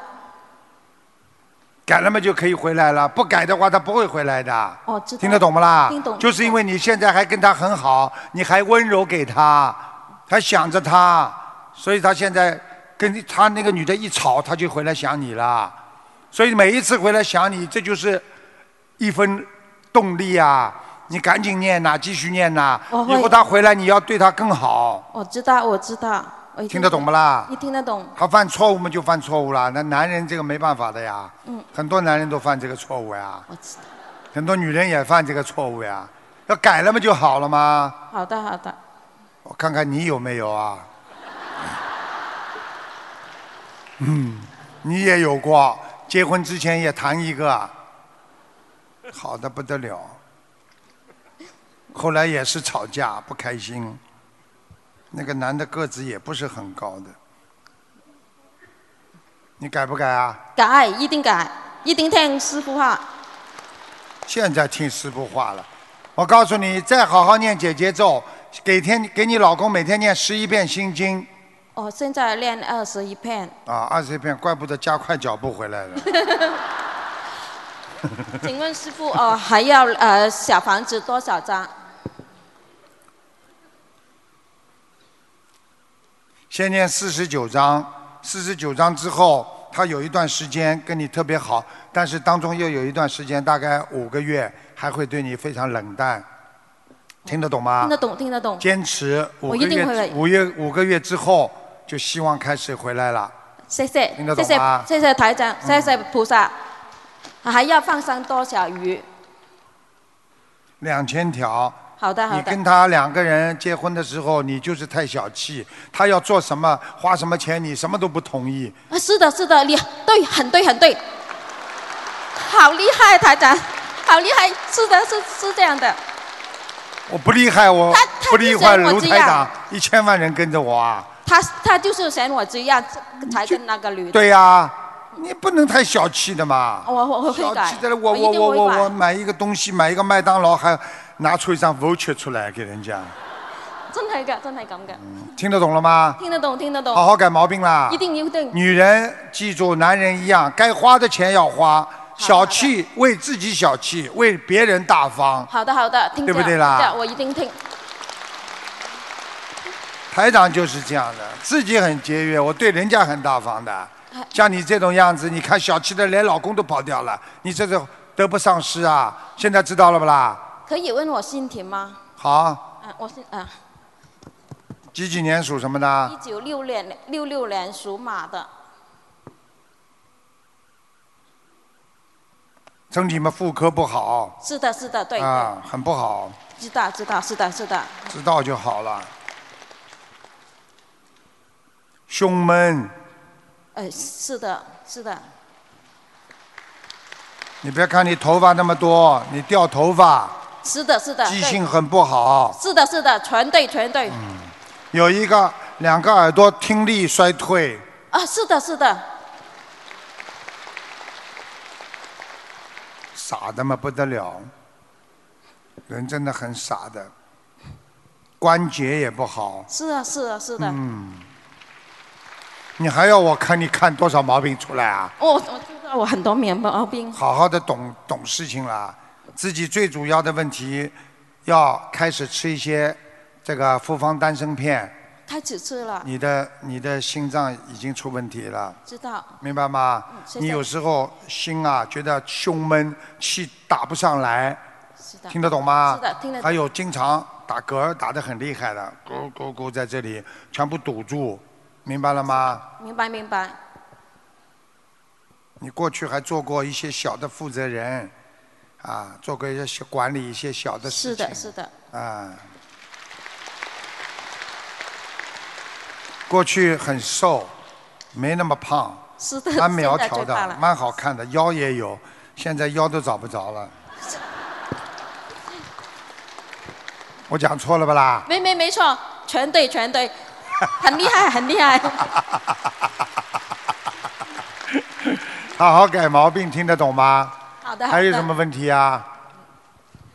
Speaker 2: 改了嘛就可以回来了，不改的话他不会回来的。
Speaker 12: 哦，知道。
Speaker 2: 听得懂不啦？
Speaker 12: 听懂。
Speaker 2: 就是因为你现在还跟他很好，你还温柔给他，还想着他，所以他现在跟他那个女的一吵，他就回来想你了。所以每一次回来想你，这就是一分动力啊！你赶紧念呐、继续念呐、
Speaker 12: 我
Speaker 2: 以
Speaker 12: 哦会
Speaker 2: 后他回来，你要对他更好，
Speaker 12: 我知道，我知道，我一定
Speaker 2: 听得懂不啦？
Speaker 12: 一听得懂，
Speaker 2: 他犯错误嘛就犯错误啦，那男人这个没办法的呀。
Speaker 12: 嗯，
Speaker 2: 很多男人都犯这个错误呀，
Speaker 12: 我知道。
Speaker 2: 很多女人也犯这个错误呀。要改了嘛就好了吗？
Speaker 12: 好的，好的，
Speaker 2: 我看看你有没有啊？嗯，你也有过，结婚之前也谈一个，好的不得了。后来也是吵架，不开心。那个男的个子也不是很高的，你改不改啊？
Speaker 12: 改一定改，一定听师傅话。
Speaker 2: 现在听师傅话了，我告诉你，再好好念姐姐咒，给天给你老公每天念十一遍心经
Speaker 12: 哦，现在练二十 一片，
Speaker 2: 啊，二十遍，怪不得加快脚步回来 了。
Speaker 12: 请问师傅，哦，还要呃小房子多少张？
Speaker 2: 先念四十九章，四十九章之后，他有一段时间跟你特别好，但是当中又有一段时间，大概五个月，还会对你非常冷淡，听得懂吗？
Speaker 12: 听得懂，听得懂。
Speaker 2: 坚持五
Speaker 12: 我
Speaker 2: 个
Speaker 12: 一定
Speaker 2: 月
Speaker 12: 会
Speaker 2: 之，五月五个月之后，就希望开始回来了。
Speaker 12: 谢谢
Speaker 2: 听得，
Speaker 12: 谢
Speaker 2: 懂啊嗯
Speaker 12: 谢
Speaker 2: 吗，
Speaker 12: 谢谢台长，谢谢菩萨。啊还要放生多少鱼？
Speaker 2: 两千条，
Speaker 12: 好的，好
Speaker 2: 你跟
Speaker 12: 的，
Speaker 2: 他两个人结婚的时候，你就是太小气，他要做什么花什么钱，你什么都不同意。
Speaker 12: 啊，是的，是的，你对，很对，很对。好厉害，台长，好厉害，是的，是是这样的。
Speaker 2: 我不厉害，我
Speaker 12: 他
Speaker 2: 不厉
Speaker 12: 就
Speaker 2: 害，
Speaker 12: 像我
Speaker 2: 卢
Speaker 12: 这
Speaker 2: 台
Speaker 12: 样
Speaker 2: 长一千万人跟着我啊。
Speaker 12: 他他就是嫌我这样才跟那个女的。
Speaker 2: 对呀、你不能太小气的嘛。
Speaker 12: 我我我会
Speaker 2: 小
Speaker 12: 改
Speaker 2: 气的，，我
Speaker 12: 我
Speaker 2: 我
Speaker 12: 一定
Speaker 2: 我
Speaker 12: 会
Speaker 2: 我我
Speaker 12: 改，
Speaker 2: 买一个东西，买一个麦当劳，还拿出一张 voucher 出来给人家，
Speaker 12: 真系噶，真系咁嘅，
Speaker 2: 听得懂了吗？
Speaker 12: 听得懂，听得懂，
Speaker 2: 嗯好好啊改毛病啦
Speaker 12: 一。定一定。
Speaker 2: 女人记住，男人一样，该花的钱要花，小气为自己小气，为别人大方。
Speaker 12: 好的好的，听
Speaker 2: 对不
Speaker 12: 着
Speaker 2: 对啦
Speaker 12: 听着我一定听。
Speaker 2: 台长就是这样的，自己很节约，我对人家很大方的。像你这种样子，你看小气的连老公都跑掉了，你这是得不偿失啊！现在知道了不啦？
Speaker 12: 可以问我姓田吗？
Speaker 2: 好，
Speaker 12: 啊，我姓啊，
Speaker 2: 几几年属什么的
Speaker 12: 一？九六年六六年属马的，
Speaker 2: 身体嘛妇科不好
Speaker 12: 是的是的，对，
Speaker 2: 啊，很不好，
Speaker 12: 对知道知道，是的是的，
Speaker 2: 知道就好了。胸闷，
Speaker 12: 呃，是的是的，
Speaker 2: 你别看你头发那么多，你掉头发，
Speaker 12: 是的是的，
Speaker 2: 记
Speaker 12: 啊对
Speaker 2: 性很不好。
Speaker 12: 是的是的，全对全对，
Speaker 2: 嗯有一个两个耳朵听力衰退，
Speaker 12: 啊，是的是的，
Speaker 2: 傻的嘛不得了，人真的很傻的，关节也不好。
Speaker 12: 是啊是啊是的，
Speaker 2: 嗯，你还要我看你看多少毛病出来啊？
Speaker 12: 哦，我知道我很多棉毛病，
Speaker 2: 好好的懂懂事情啦，自己最主要的问题要开始吃一些这个复方丹参片，
Speaker 12: 太几次了，
Speaker 2: 你的你的心脏已经出问题了，
Speaker 12: 知道。
Speaker 2: 明白吗？
Speaker 12: 谢谢
Speaker 2: 你有时候心啊觉得胸闷，气打不上来，
Speaker 12: 是的
Speaker 2: 听得懂吗？
Speaker 12: 是的，听得懂。
Speaker 2: 还有经常打嗝打得很厉害的，咕咕咕在这里全部堵住，明白了吗？
Speaker 12: 明白明白，
Speaker 2: 你过去还做过一些小的负责人，啊，做过一些小管理一些小的
Speaker 12: 是
Speaker 2: 事
Speaker 12: 的
Speaker 2: 情，
Speaker 12: 是的，
Speaker 2: 啊。过去很瘦，没那么胖，
Speaker 12: 是的
Speaker 2: 蛮苗条
Speaker 12: 现在最胖
Speaker 2: 的
Speaker 12: 了，
Speaker 2: 蛮好看的，腰也有，现在腰都找不着 了。我讲错了吧啦？
Speaker 12: 没没没错，全对全对，很厉害很厉害，
Speaker 2: 好好改毛病，听得懂吗？
Speaker 12: 好的好的
Speaker 2: 还有什么问题啊？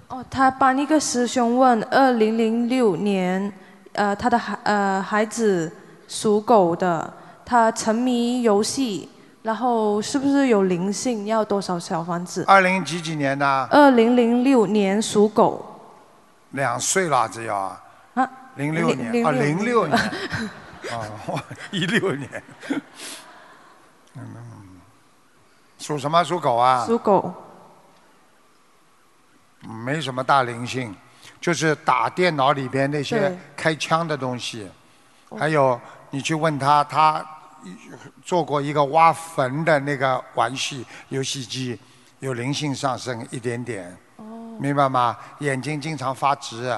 Speaker 4: 哦，他帮一个师兄问，二零零六年，呃，他的孩呃孩子属狗的，他沉迷游戏，然后是不是有灵性？要多少小房子？
Speaker 2: 二零几几年呢？
Speaker 12: 呃
Speaker 4: 二零零六年属狗，
Speaker 2: 两岁了，只要啊
Speaker 4: 啊。
Speaker 2: 零六年
Speaker 4: 零
Speaker 2: 啊，
Speaker 4: 零
Speaker 2: 零
Speaker 4: 六
Speaker 2: 六年。 哦，一六年。嗯，属什么？属狗啊？嗯
Speaker 4: 属狗。
Speaker 2: 没什么大灵性，就是打电脑里边那些
Speaker 4: 对
Speaker 2: 开枪的东西，
Speaker 4: 哦
Speaker 2: 还有你去问他，他做过一个挖坟的那个玩戏游戏机，有灵性上升一点点，
Speaker 4: 哦
Speaker 2: 明白吗？眼睛经常发直，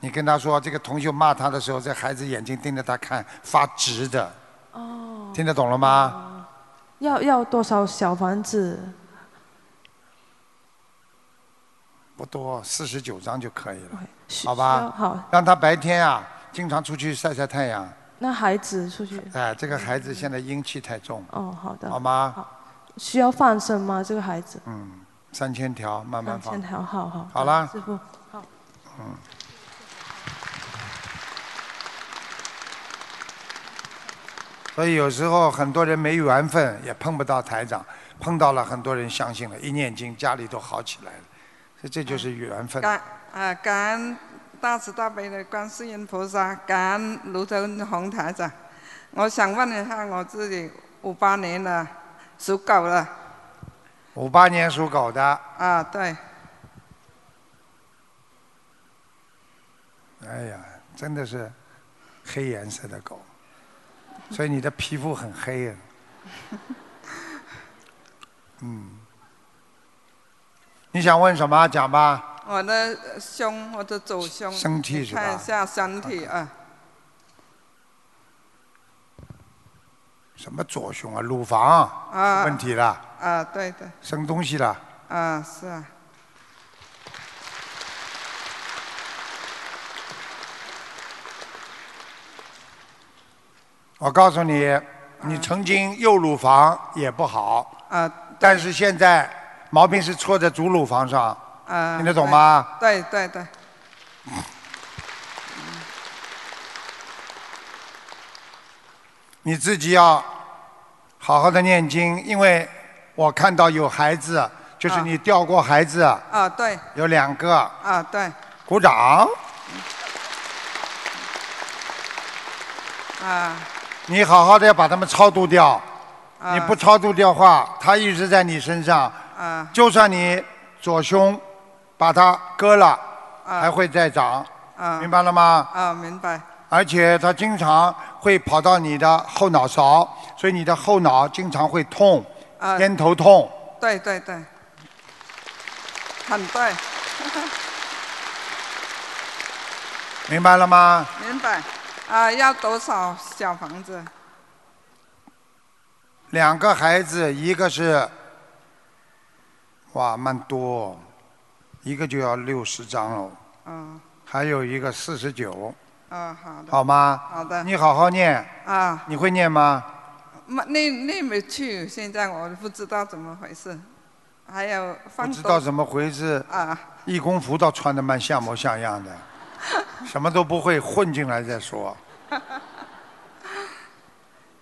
Speaker 2: 你跟他说这个同学骂他的时候，这孩子眼睛盯着他看，发直的，
Speaker 4: 哦，
Speaker 2: 听得懂了吗？
Speaker 4: 要要多少小房子？
Speaker 2: 不多，四十九张就可以了，
Speaker 4: 需
Speaker 2: 好
Speaker 4: 需
Speaker 2: 吧
Speaker 4: 要？好，
Speaker 2: 让他白天啊经常出去晒晒太阳。
Speaker 4: 那孩子出去
Speaker 2: 哎，这个孩子现在阴气太重。
Speaker 4: 哦，好的
Speaker 2: 好吗？
Speaker 4: 需要放生吗？这个孩子？
Speaker 2: 嗯，三千条，慢慢放
Speaker 4: 三。条，好好。
Speaker 2: 好啦
Speaker 4: 师傅，好。
Speaker 2: 嗯。所以有时候很多人没缘分，也碰不到台长，碰到了很多人相信了，一念经家里都好起来了，这这就是缘分。
Speaker 4: 嗯
Speaker 13: 感啊，感恩大慈大悲的观世音菩萨，感恩卢州红台长。我想问一下我自己，五八年了，属狗了
Speaker 2: 五八年属狗的，
Speaker 13: 啊，对，
Speaker 2: 哎呀，真的是黑颜色的狗，所以你的皮肤很黑啊呀、 嗯，你想问什么？讲吧。
Speaker 13: 我的胸，我的左胸，
Speaker 2: 身体
Speaker 13: 你
Speaker 2: 是吧
Speaker 13: 看一下身体啊，
Speaker 2: 什么左胸啊，乳房
Speaker 13: 啊
Speaker 2: 问题了，
Speaker 13: 啊，对对，
Speaker 2: 生东西了。
Speaker 13: 啊，是啊，
Speaker 2: 我告诉你，你曾经右乳房也不好，
Speaker 13: 啊，
Speaker 2: 但是现在毛病是错在左乳房上，
Speaker 13: 啊，
Speaker 2: 听得懂吗？
Speaker 13: 对？对对对，
Speaker 2: 你自己要好好的念经，因为我看到有孩子，就是你掉过孩子，
Speaker 13: 啊对，
Speaker 2: 有两个，
Speaker 13: 啊对，
Speaker 2: 鼓掌。
Speaker 13: 啊
Speaker 2: 你好好的把他们超度掉，
Speaker 13: 啊，
Speaker 2: 你不超度掉话，他一直在你身上，
Speaker 13: 啊
Speaker 2: 就算你左胸把它割了，还会再长，
Speaker 13: 啊，
Speaker 2: 明白了吗？
Speaker 13: 啊，明白，
Speaker 2: 而且它经常会跑到你的后脑勺，所以你的后脑经常会痛，
Speaker 13: 啊
Speaker 2: 偏头痛。
Speaker 13: 对对对，很对，
Speaker 2: 明白了吗？
Speaker 13: 明白。啊，要多少小房子？
Speaker 2: 两个孩子，一个是，哇，蛮多，一个就要六十张了，
Speaker 13: 嗯，
Speaker 2: 还有一个四十九，
Speaker 13: 啊，好的。
Speaker 2: 好吗？
Speaker 13: 好的。
Speaker 2: 你好好念，
Speaker 13: 啊，
Speaker 2: 你会念吗？
Speaker 13: 没那那没去，现在我不知道怎么回事。还有放
Speaker 2: 不
Speaker 13: 多
Speaker 2: 知道怎么回事，
Speaker 13: 啊
Speaker 2: 义工服倒穿的蛮像模像样的， 什么都不会，混进来再说。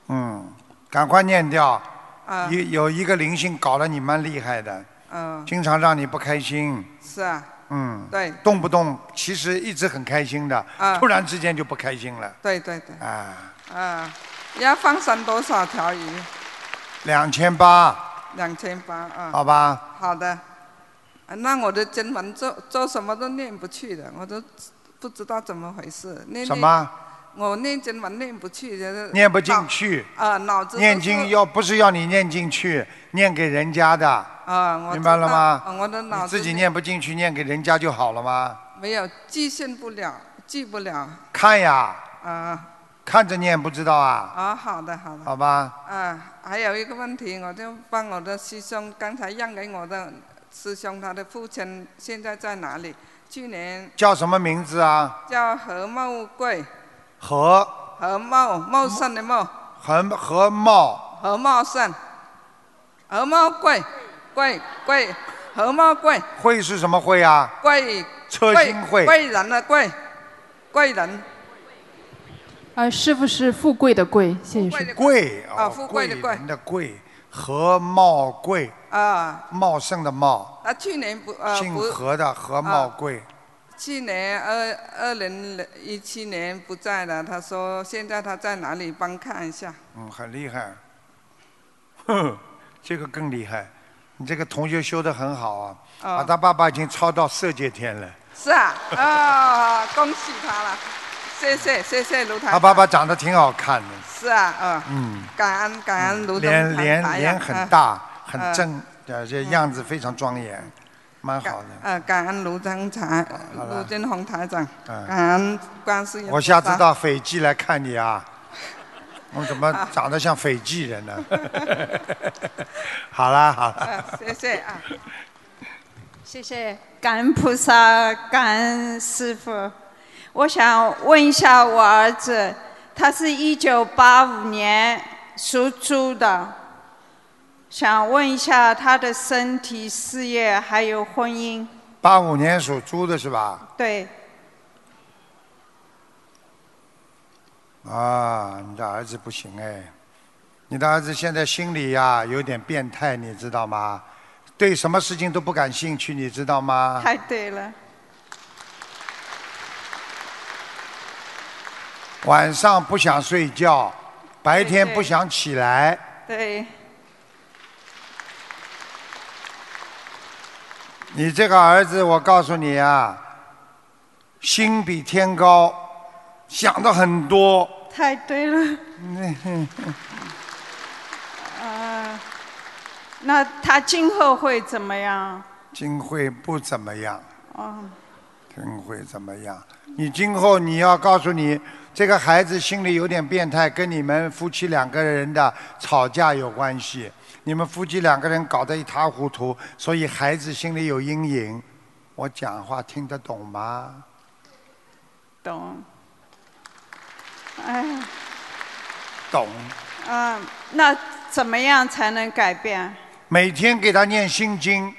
Speaker 2: 嗯，赶快念掉。
Speaker 13: 啊
Speaker 2: 有有一个灵性搞得你蛮厉害的，
Speaker 13: 嗯，
Speaker 2: 经常让你不开心，
Speaker 13: 是啊
Speaker 2: 嗯，
Speaker 13: 对
Speaker 2: 动不动其实一直很开心的，
Speaker 13: 啊
Speaker 2: 突然之间就不开心了，
Speaker 13: 对对对，
Speaker 2: 啊，
Speaker 13: 啊，要放生多少条鱼？
Speaker 2: 两千八，
Speaker 13: 两千八啊。
Speaker 2: 好吧，
Speaker 13: 好的，啊那我的经文做做什么都念不去的，我都不知道怎么回事。念
Speaker 2: 什？么
Speaker 13: 念我念经文念不去，就是
Speaker 2: 念不进去？
Speaker 13: 脑啊，脑子 都
Speaker 2: 念
Speaker 13: 是
Speaker 2: 经要不是要你念进去，念给人家的，
Speaker 13: 啊，我
Speaker 2: 明白了吗
Speaker 13: 知道啊我的
Speaker 2: 你
Speaker 13: 脑子
Speaker 2: 自己念不进去，念给人家就好了吗？
Speaker 13: 没有记性不了，记不了
Speaker 2: 看呀，
Speaker 13: 啊
Speaker 2: 看着念不知道啊，
Speaker 13: 啊，好的好的
Speaker 2: 好吧？
Speaker 13: 啊，还有一个问题，我就帮我的师兄，刚才让给我的师兄，他的父亲现在在哪里？去年
Speaker 2: 叫什么名字啊？
Speaker 13: 叫何茂贵，
Speaker 2: 何
Speaker 13: 何茂茂盛的茂，
Speaker 2: 何何茂
Speaker 13: 何茂盛，何茂贵，贵贵，何茂贵，
Speaker 2: 会是什么会啊？
Speaker 13: 贵
Speaker 2: 车
Speaker 13: 贵
Speaker 2: 薪会
Speaker 13: 贵人的贵，贵人
Speaker 14: 啊，师傅是富贵的贵，谢谢师傅。
Speaker 2: 贵
Speaker 13: 啊，富贵的贵
Speaker 2: 人的贵，何茂贵，
Speaker 13: 啊。
Speaker 2: 茂盛的茂，
Speaker 13: 啊，去年不呃
Speaker 2: 姓
Speaker 13: 不，
Speaker 2: 何的何茂贵。
Speaker 13: 去年二二零一七年不在了。他说现在他在哪里？帮看一下。
Speaker 2: 嗯，很厉害。哼，这个更厉害，你这个同学修得很好啊，
Speaker 13: 哦
Speaker 2: 把他爸爸已经超到色界天 了。
Speaker 13: 是 啊，啊、恭喜他了，谢谢谢谢卢台长。
Speaker 2: 他爸爸长得挺好看的，
Speaker 13: 是啊，啊、
Speaker 2: 嗯，
Speaker 13: 感恩感恩卢
Speaker 2: 脸
Speaker 13: 台
Speaker 2: 脸
Speaker 13: 台
Speaker 2: 脸
Speaker 13: 长
Speaker 2: 很
Speaker 13: 啊
Speaker 2: 大，很
Speaker 13: 啊
Speaker 2: 正，呃，这样子非常庄严，蛮好的。
Speaker 13: 呃，感恩卢台长，
Speaker 2: 好了
Speaker 13: 卢金红台长，
Speaker 2: 嗯
Speaker 13: 感恩观世音菩 萨。
Speaker 2: 我下次到斐济来看你啊，我怎么长得像斐济人呢？ 好啦好啦，
Speaker 13: 谢谢 啊。
Speaker 15: 谢谢，感恩菩萨，感恩师傅。我想问一下我儿子，他是一九八五年属猪的，想问一下他的身体、事业还有婚姻。
Speaker 2: 八五年属猪的是吧？
Speaker 15: 对，
Speaker 2: 啊，你的儿子不行哎，你的儿子现在心里呀、有点变态，你知道吗？对什么事情都不感兴趣，你知道 吗？
Speaker 15: 太对了，
Speaker 2: 晚上不想睡觉，白天不想起来，
Speaker 15: 对，
Speaker 2: 你这个儿子，我告诉你啊，心比天高，想的很多。
Speaker 15: 太对了。
Speaker 2: 嗯
Speaker 15: 啊，那他今后会怎么样？
Speaker 2: 今会不怎么样，
Speaker 15: 哦，
Speaker 2: 今会怎么样？你今后你要告诉你，这个孩子心里有点变态，跟你们夫妻两个人的吵架有关系。你们夫妻两个人搞得一塌糊涂，所以孩子心里有阴影。我讲话听得懂吗？
Speaker 15: 懂。哎呀。
Speaker 2: 懂。
Speaker 15: 嗯，那怎么样才能改变？
Speaker 2: 每天给他念心经，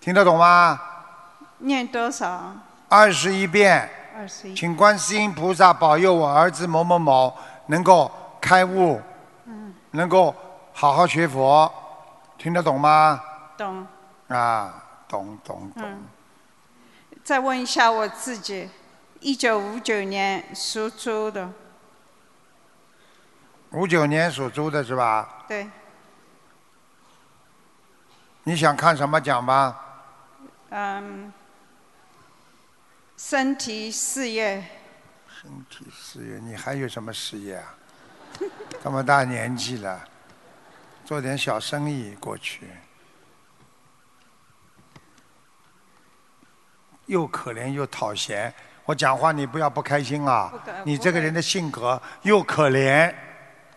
Speaker 2: 听得懂吗？
Speaker 15: 念多少？
Speaker 2: 二十一遍。
Speaker 15: 二十一。
Speaker 2: 请观世音菩萨保佑我儿子某某某能够开悟，
Speaker 15: 嗯，
Speaker 2: 能够好好学佛，听得懂吗？
Speaker 15: 懂。
Speaker 2: 啊，懂懂懂。
Speaker 15: 嗯。再问一下我自己，一九五九年属猪的，
Speaker 2: 五九年属猪的是吧？
Speaker 15: 对，
Speaker 2: 你想看什么讲吧？
Speaker 15: 嗯，身体事业
Speaker 2: 身体事业，你还有什么事业啊？ 这么大年纪了，做点小生意过去，又可怜又讨嫌。我讲话你不要不开心啊
Speaker 15: 不敢！
Speaker 2: 你这个人的性格又可怜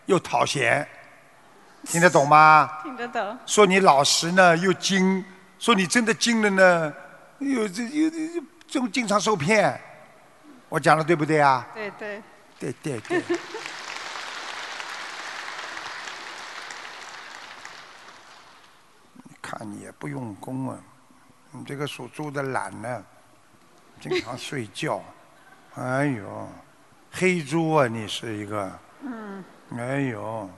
Speaker 2: 又讨嫌，听得懂吗？
Speaker 15: 听得懂？
Speaker 2: 说你老实呢又精，说你真的精了呢，又这又又就经常受骗。我讲的对不对啊？
Speaker 15: 对对，
Speaker 2: 对对对。你看你也不用功啊，你这个属猪的懒呢，经常睡觉。哎呦，黑猪啊，你是一个。
Speaker 15: 嗯，
Speaker 2: 哎呦，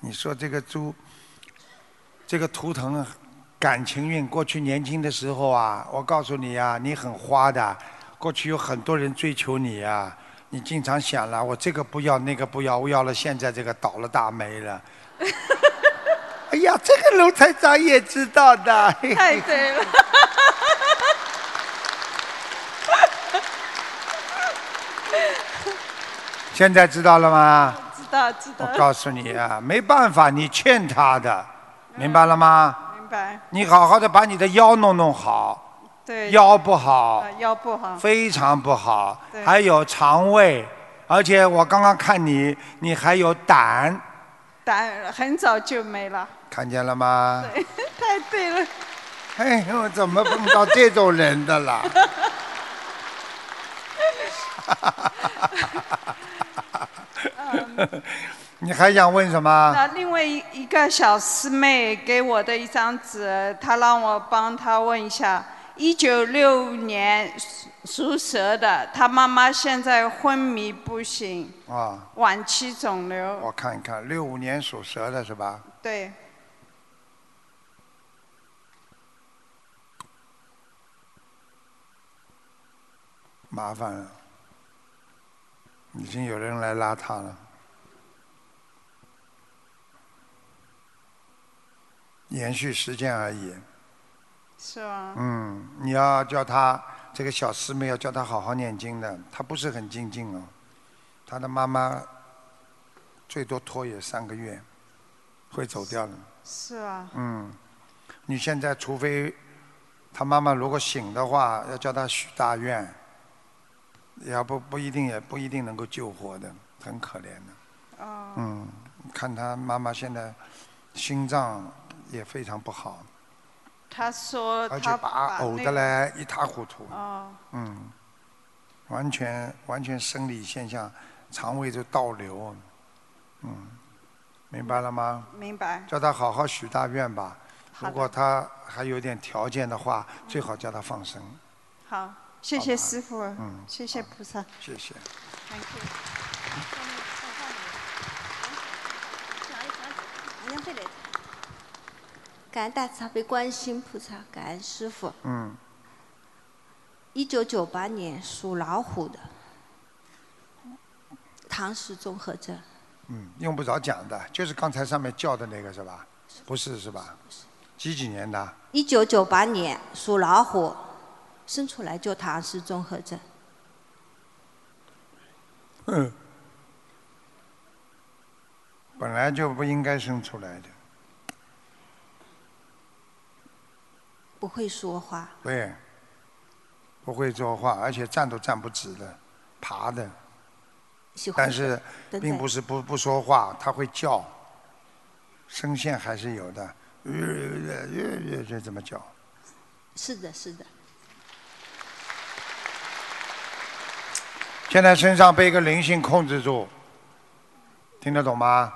Speaker 2: 你说这个猪，这个图腾啊感情运，过去年轻的时候啊，我告诉你啊，你很花的，过去有很多人追求你啊，你经常想了，我这个不要，那个不要，我要了，现在这个倒了大霉了。哎呀，这个卢台长也知道的。嘿嘿
Speaker 15: 太对了。
Speaker 2: 现在知道了吗？
Speaker 15: 知道知道
Speaker 2: 我。告诉你啊，没办法，你欠他的，明白了吗？
Speaker 15: 明白。
Speaker 2: 你好好的把你的腰弄弄好，
Speaker 15: 对。
Speaker 2: 腰不好
Speaker 15: 啊，腰不好。
Speaker 2: 非常不好
Speaker 15: 对，
Speaker 2: 还有肠胃，而且我刚刚看你，你还有胆，
Speaker 15: 但很早就没了。
Speaker 2: 看见了吗？
Speaker 15: 对， 太对了。
Speaker 2: 哎呦，怎么碰到这种人的 啦？
Speaker 15: 嗯
Speaker 2: 你还想问什么？
Speaker 15: 那另外一一个小师妹给我的一张纸，她让我帮她问一下，一九六年属属蛇的，她妈妈现在昏迷不醒，
Speaker 2: 啊，
Speaker 15: 晚期肿瘤。
Speaker 2: 我看一看，六五年属蛇的是吧？
Speaker 15: 对，
Speaker 2: 麻烦了，已经有人来拉他了。延续时间而已。
Speaker 15: 是吗？
Speaker 2: 嗯，你要叫他这个小师妹要叫他好好念经的，他不是很精进哦。他的妈妈最多拖也三个月，会走掉的。
Speaker 15: 是吗？
Speaker 2: 嗯，你现在除非他妈妈如果醒的话，要叫他许大愿，要不不一定也不一定能够救活的，很可怜的。
Speaker 15: 哦，
Speaker 2: 嗯，看他妈妈现在心脏也非常不好，
Speaker 15: 她说
Speaker 2: 而且
Speaker 15: 她
Speaker 2: 把
Speaker 15: 那
Speaker 2: 呕
Speaker 15: 个
Speaker 2: 得来一塌糊涂。
Speaker 15: 哦，
Speaker 2: 嗯，完全完全生理现象，肠胃就倒流。嗯，明白了吗？
Speaker 15: 明白。
Speaker 2: 叫他好好许大愿吧。如果他还有点条件的话，最好叫他放生。
Speaker 15: 好，谢谢师傅，
Speaker 2: 嗯
Speaker 15: 谢谢菩萨。
Speaker 2: 谢谢。
Speaker 15: Thank you
Speaker 16: 感恩大慈大悲观世音菩萨，感恩师傅。
Speaker 2: 嗯，
Speaker 16: 一九九八年属老虎的，唐氏综合症。
Speaker 2: 嗯，用不着讲的，就是刚才上面叫的那个是吧？不是是吧？几几年的？
Speaker 16: 一九九八年属老虎，生出来就唐氏综合症。
Speaker 2: 嗯，本来就不应该生出来的。
Speaker 16: 不会说话，
Speaker 2: 对，不会说话，而且站都站不直的，爬的。
Speaker 16: 喜欢
Speaker 2: 但是
Speaker 16: 等
Speaker 2: 并
Speaker 16: 等
Speaker 2: 不是不不说话，他会叫，声线还是有的，呃呃呃呃这怎么叫？
Speaker 16: 是的，是的，
Speaker 2: 现在身上被一个灵性控制住，听得懂吗？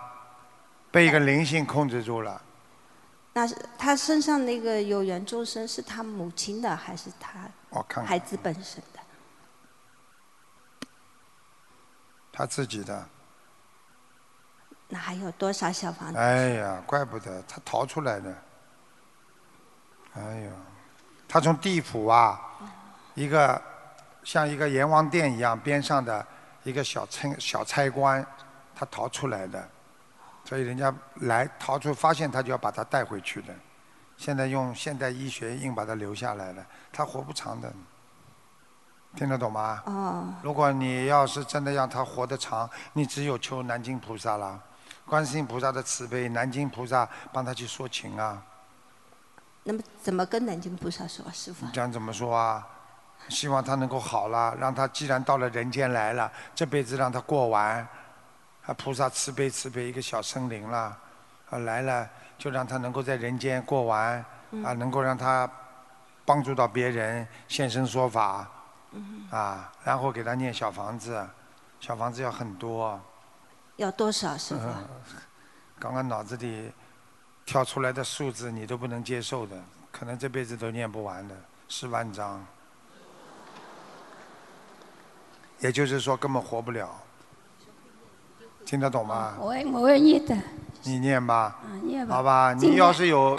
Speaker 2: 被一个灵性控制住了，
Speaker 16: 那是他身上那个有缘众生是他母亲的还是他
Speaker 2: 我看
Speaker 16: 孩
Speaker 2: 看
Speaker 16: 子本身的？
Speaker 2: 他自己的。
Speaker 16: 那还有多少小房子？
Speaker 2: 哎呀，怪不得他逃出来的。哎呀，他从地府啊，一个像一个阎王殿一样边上的一个小差小差官，他逃出来的，所以人家来逃出发现他就要把他带回去的。现在用现代医学硬把他留下来了，他活不长的，听得懂吗？
Speaker 16: 哦，
Speaker 2: 如果你要是真的让他活得长，你只有求南京菩萨了，观世音菩萨的慈悲，南京菩萨帮他去说情啊。
Speaker 16: 那么怎么跟南京菩萨说，师傅
Speaker 2: 你？讲怎么说啊？希望他能够好了，让他既然到了人间来了，这辈子让他过完。啊，菩萨慈悲慈悲，一个小生灵了，啊来了就让他能够在人间过完，啊
Speaker 16: 嗯
Speaker 2: 能够让他帮助到别人，现身说法，
Speaker 16: 嗯，
Speaker 2: 啊，然后给他念小房子，小房子要很多。
Speaker 16: 要多少，师傅？
Speaker 2: 嗯刚刚脑子里跳出来的数字你都不能接受的，可能这辈子都念不完的，十万张。也就是说，根本活不了。听得懂吗？
Speaker 17: 嗯我我愿意的，
Speaker 2: 你念吧，
Speaker 17: 啊
Speaker 16: 念吧
Speaker 2: 好吧？
Speaker 16: 尽
Speaker 2: 你
Speaker 16: 量
Speaker 2: 要是 有，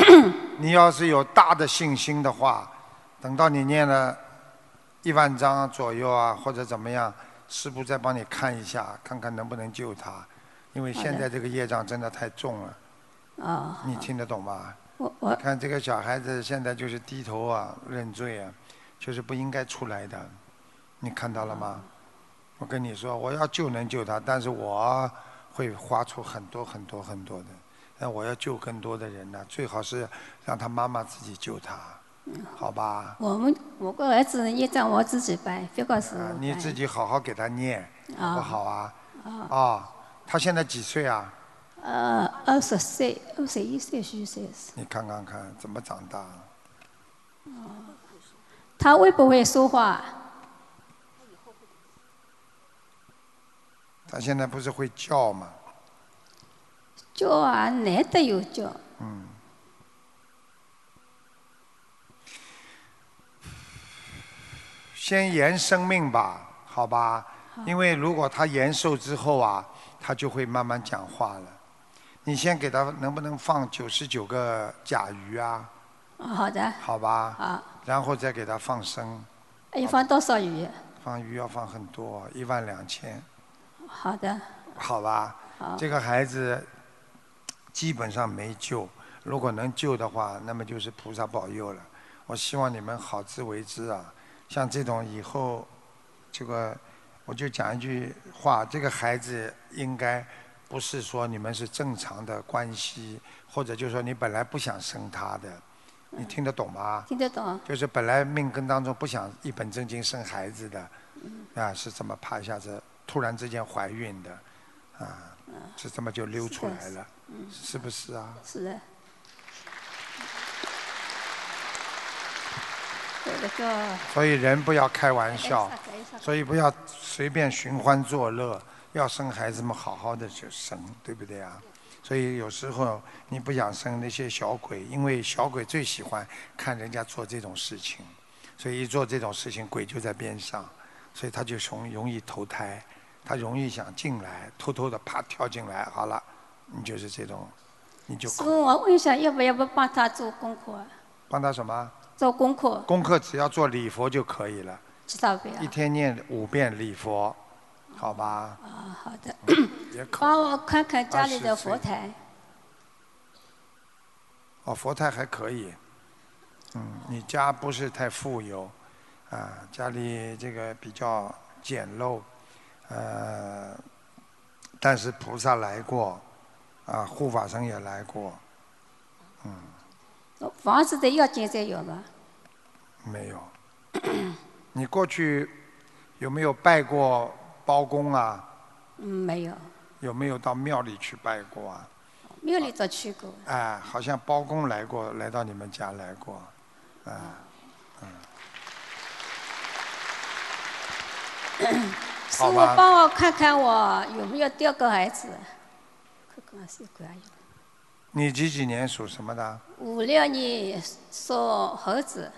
Speaker 2: 你要是有大的信心的话，等到你念了一万章左右啊，或者怎么样，师傅再帮你看一下，看看能不能救他，因为
Speaker 16: 好
Speaker 2: 现
Speaker 16: 的
Speaker 2: 在这个业障真的太重了，
Speaker 16: 啊、
Speaker 17: 哦
Speaker 2: 你听得懂吗？
Speaker 16: 我
Speaker 2: 你
Speaker 16: 我
Speaker 2: 看这个小孩子现在就是低头啊，认罪啊，就是不应该出来的，你看到了吗？我跟你说，我要救能救他，但是我会花出很多很多很多的。那我要救更多的人呢、最好是让他妈妈自己救他，好吧？
Speaker 17: 我们我个儿子业障我自己背，别个是
Speaker 2: 啊你自己好好给他念，好不
Speaker 17: 啊
Speaker 2: 好啊？
Speaker 17: 啊
Speaker 2: 啊，他现在几岁啊？
Speaker 17: 呃二十岁、二十一岁、虚岁时，
Speaker 2: 你看看看怎么长大？
Speaker 17: 哦他会不会说话？
Speaker 2: 他现在不是会叫吗？
Speaker 17: 叫啊，难得有叫。
Speaker 2: 嗯。先延生命吧，好吧？因为如果他延寿之后啊，他就会慢慢讲话了。你先给他能不能放九十九个甲鱼啊？
Speaker 17: 哦好的，
Speaker 2: 好吧？
Speaker 17: 好。
Speaker 2: 然后再给他放生，
Speaker 17: 要放多少鱼？
Speaker 2: 放鱼要放很多，一万两千，
Speaker 17: 好的，
Speaker 2: 好吧？
Speaker 17: 好
Speaker 2: 这个孩子基本上没救，如果能救的话，那么就是菩萨保佑了。我希望你们好自为之啊！像这种以后，这个我就讲一句话：这个孩子应该不是说你们是正常的关系，或者就说你本来不想生他的，你听得懂吗？
Speaker 17: 听得懂？
Speaker 2: 就是本来命根当中不想一本正经生孩子的，
Speaker 17: 嗯
Speaker 2: 啊，是这么啪一下子突然之间怀孕的，啊，是这么就溜出来了，
Speaker 17: 嗯，
Speaker 2: 是不是啊？
Speaker 17: 是的。有的个
Speaker 2: 所以人不要开玩笑
Speaker 17: 哎哎哎哎，
Speaker 2: 所以不要随便寻欢作乐，要生孩子们好好的去生，对不对啊？所以有时候你不想生那些小鬼，因为小鬼最喜欢看人家做这种事情，所以一做这种事情，鬼就在边上，所以他就容容易投胎，他容易想进来，偷偷的啪跳进来，好了，你就是这种，你就
Speaker 17: 师傅，我问一下，要不要不帮他做功课啊？
Speaker 2: 帮他什么？
Speaker 17: 做功课，
Speaker 2: 功课只要做礼佛就可以了。
Speaker 17: 知道不要
Speaker 2: 一？天念五遍礼佛，好吧？
Speaker 17: 啊，好 的。
Speaker 2: 也可
Speaker 17: 帮我看看家里的
Speaker 2: 20岁
Speaker 17: 佛台，
Speaker 2: 哦，佛台还可以。嗯，你家不是太富有，啊，家里这个比较简陋，呃，但是菩萨来过，啊，护法神也来过，嗯，
Speaker 17: 房子的要紧再有吧？
Speaker 2: 没有。你过去有没有拜过包公啊？
Speaker 17: 嗯，没有，
Speaker 2: 有没有到庙里去拜过啊？
Speaker 17: 庙里早去过。
Speaker 2: 哎，好像包公来过，来到你们家来过，啊，嗯，
Speaker 17: 师
Speaker 2: 嗯好
Speaker 17: 傅，
Speaker 2: 吧
Speaker 17: 帮我看看我有没有掉过孩子？看看我是个
Speaker 2: 你几几年属什么的？
Speaker 17: 五六年属猴子，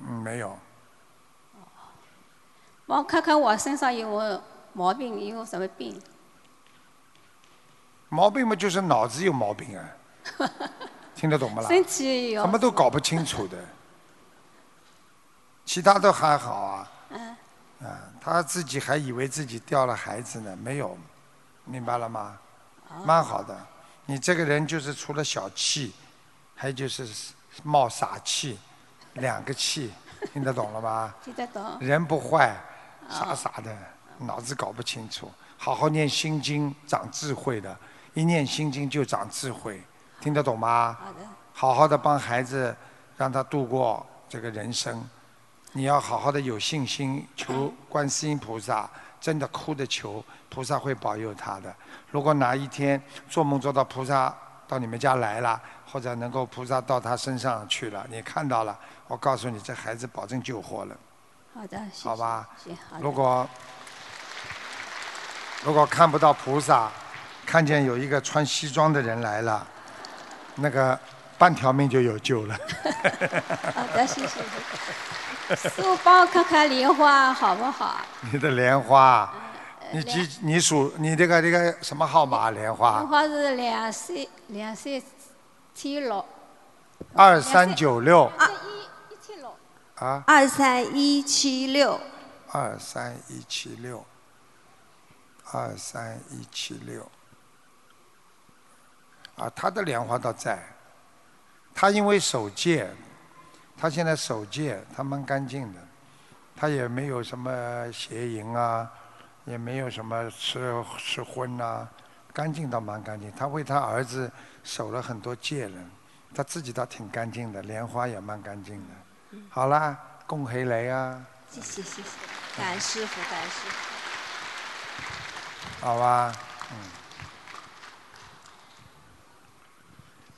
Speaker 2: 嗯，没有，
Speaker 17: 帮我看看我身上有没有毛病，有什么病？
Speaker 2: 毛病嘛就是脑子有毛病啊，听得懂不啦？
Speaker 17: 身体有
Speaker 2: 什么都搞不清楚的，其他都还好啊，
Speaker 17: 嗯，
Speaker 2: 啊，他自己还以为自己掉了孩子呢，没有，明白了吗？蛮好的，你这个人就是除了小气，还就是冒傻气，两个气，听得懂了吗？
Speaker 17: 听得懂？
Speaker 2: 人不坏，傻傻的，脑子搞不清楚。好好念心经，长智慧的，一念心经就长智慧，听得懂吗？
Speaker 17: 好的，
Speaker 2: 好好的帮孩子，让他度过这个人生。你要好好的有信心，求观世音菩萨，真的哭着求，菩萨会保佑他的。如果哪一天做梦做到菩萨到你们家来了，或者能够菩萨到他身上去了，你看到了，我告诉你，这孩子保证救活了。
Speaker 17: 好的，谢谢
Speaker 2: 好吧
Speaker 17: 谢谢好的
Speaker 2: 如果如果看不到菩萨，看见有一个穿西装的人来了，那个半条命就有救了。
Speaker 17: 好的，谢谢你。师傅帮我看看莲花好不好？
Speaker 2: 你的莲花，你几你属你这个这个什么号码莲
Speaker 17: 莲
Speaker 2: 花？
Speaker 17: 花是两岁，两岁七六，
Speaker 2: 二三九六
Speaker 17: 一一七六。
Speaker 2: 啊，
Speaker 16: 二三一七六，
Speaker 2: 二三一七六，二三一七六。啊，他的莲花倒在，他因为守戒，他现在守戒，他蛮干净的，他也没有什么邪淫啊，也没有什么吃吃荤呐、干净倒蛮干净。他为他儿子守了很多戒了，他自己倒挺干净的，莲花也蛮干净的。好啦，恭喜你啊，
Speaker 16: 谢谢谢谢，感恩师傅，感恩师傅。
Speaker 2: 好吧，嗯。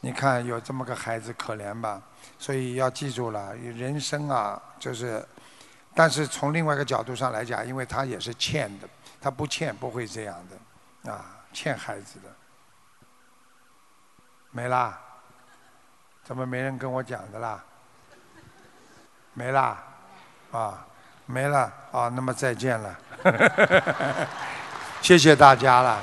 Speaker 2: 你看有这么个孩子可怜吧，所以要记住了，人生啊，就是，但是从另外一个角度上来讲，因为他也是欠的，他不欠不会这样的，啊，欠孩子的，没啦，怎么没人跟我讲的啦？没啦，啊，没了啊，那么再见了， 谢谢大家了，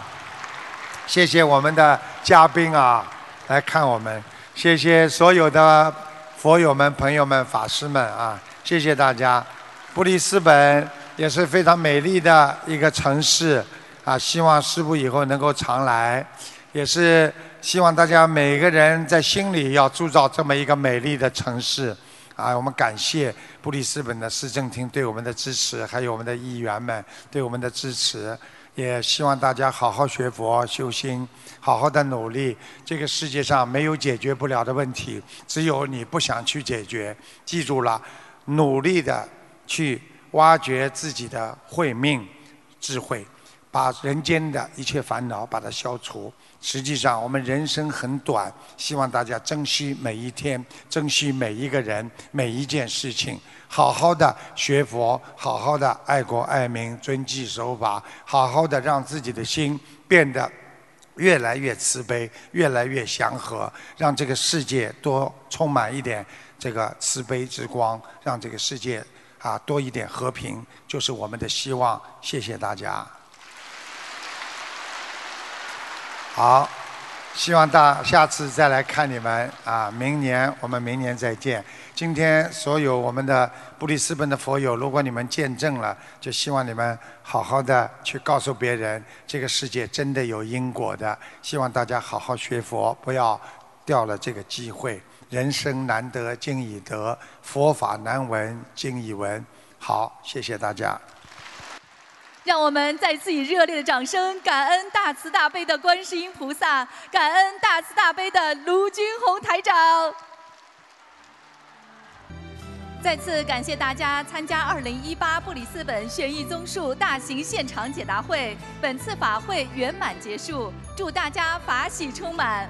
Speaker 2: 谢谢我们的嘉宾啊。来看我们，谢谢所有的佛友们、朋友们、法师们啊，谢谢大家。布里斯本也是非常美丽的一个城市啊，希望师傅以后能够常来，也是希望大家每个人在心里要铸造这么一个美丽的城市。啊，我们感谢布里斯本的市政厅对我们的支持，还有我们的议员们对我们的支持。也希望大家好好学佛修心，好好的努力。这个世界上没有解决不了的问题，只有你不想去解决。记住了，努力的去挖掘自己的慧命、智慧，把人间的一切烦恼把它消除。实际上，我们人生很短，希望大家珍惜每一天，珍惜每一个人、每一件事情，好好的学佛，好好的爱国爱民、遵纪守法，好好的让自己的心变得越来越慈悲，越来越祥和，让这个世界多充满一点这个慈悲之光，让这个世界啊多一点和平，就是我们的希望。谢谢大家。好，希望大下次再来看你们啊！明年我们明年再见。今天所有我们的布里斯本的佛友，如果你们见证了，就希望你们好好的去告诉别人，这个世界真的有因果的。希望大家好好学佛，不要掉了这个机会。人生难得今已得，佛法难闻今已闻。好，谢谢大家。
Speaker 1: 让我们再次以热烈的掌声，感恩大慈大悲的观世音菩萨，感恩大慈大悲的卢军红台长。再次感谢大家参加2018布里斯本悬疑综述大型现场解答会，本次法会圆满结束，祝大家法喜充满。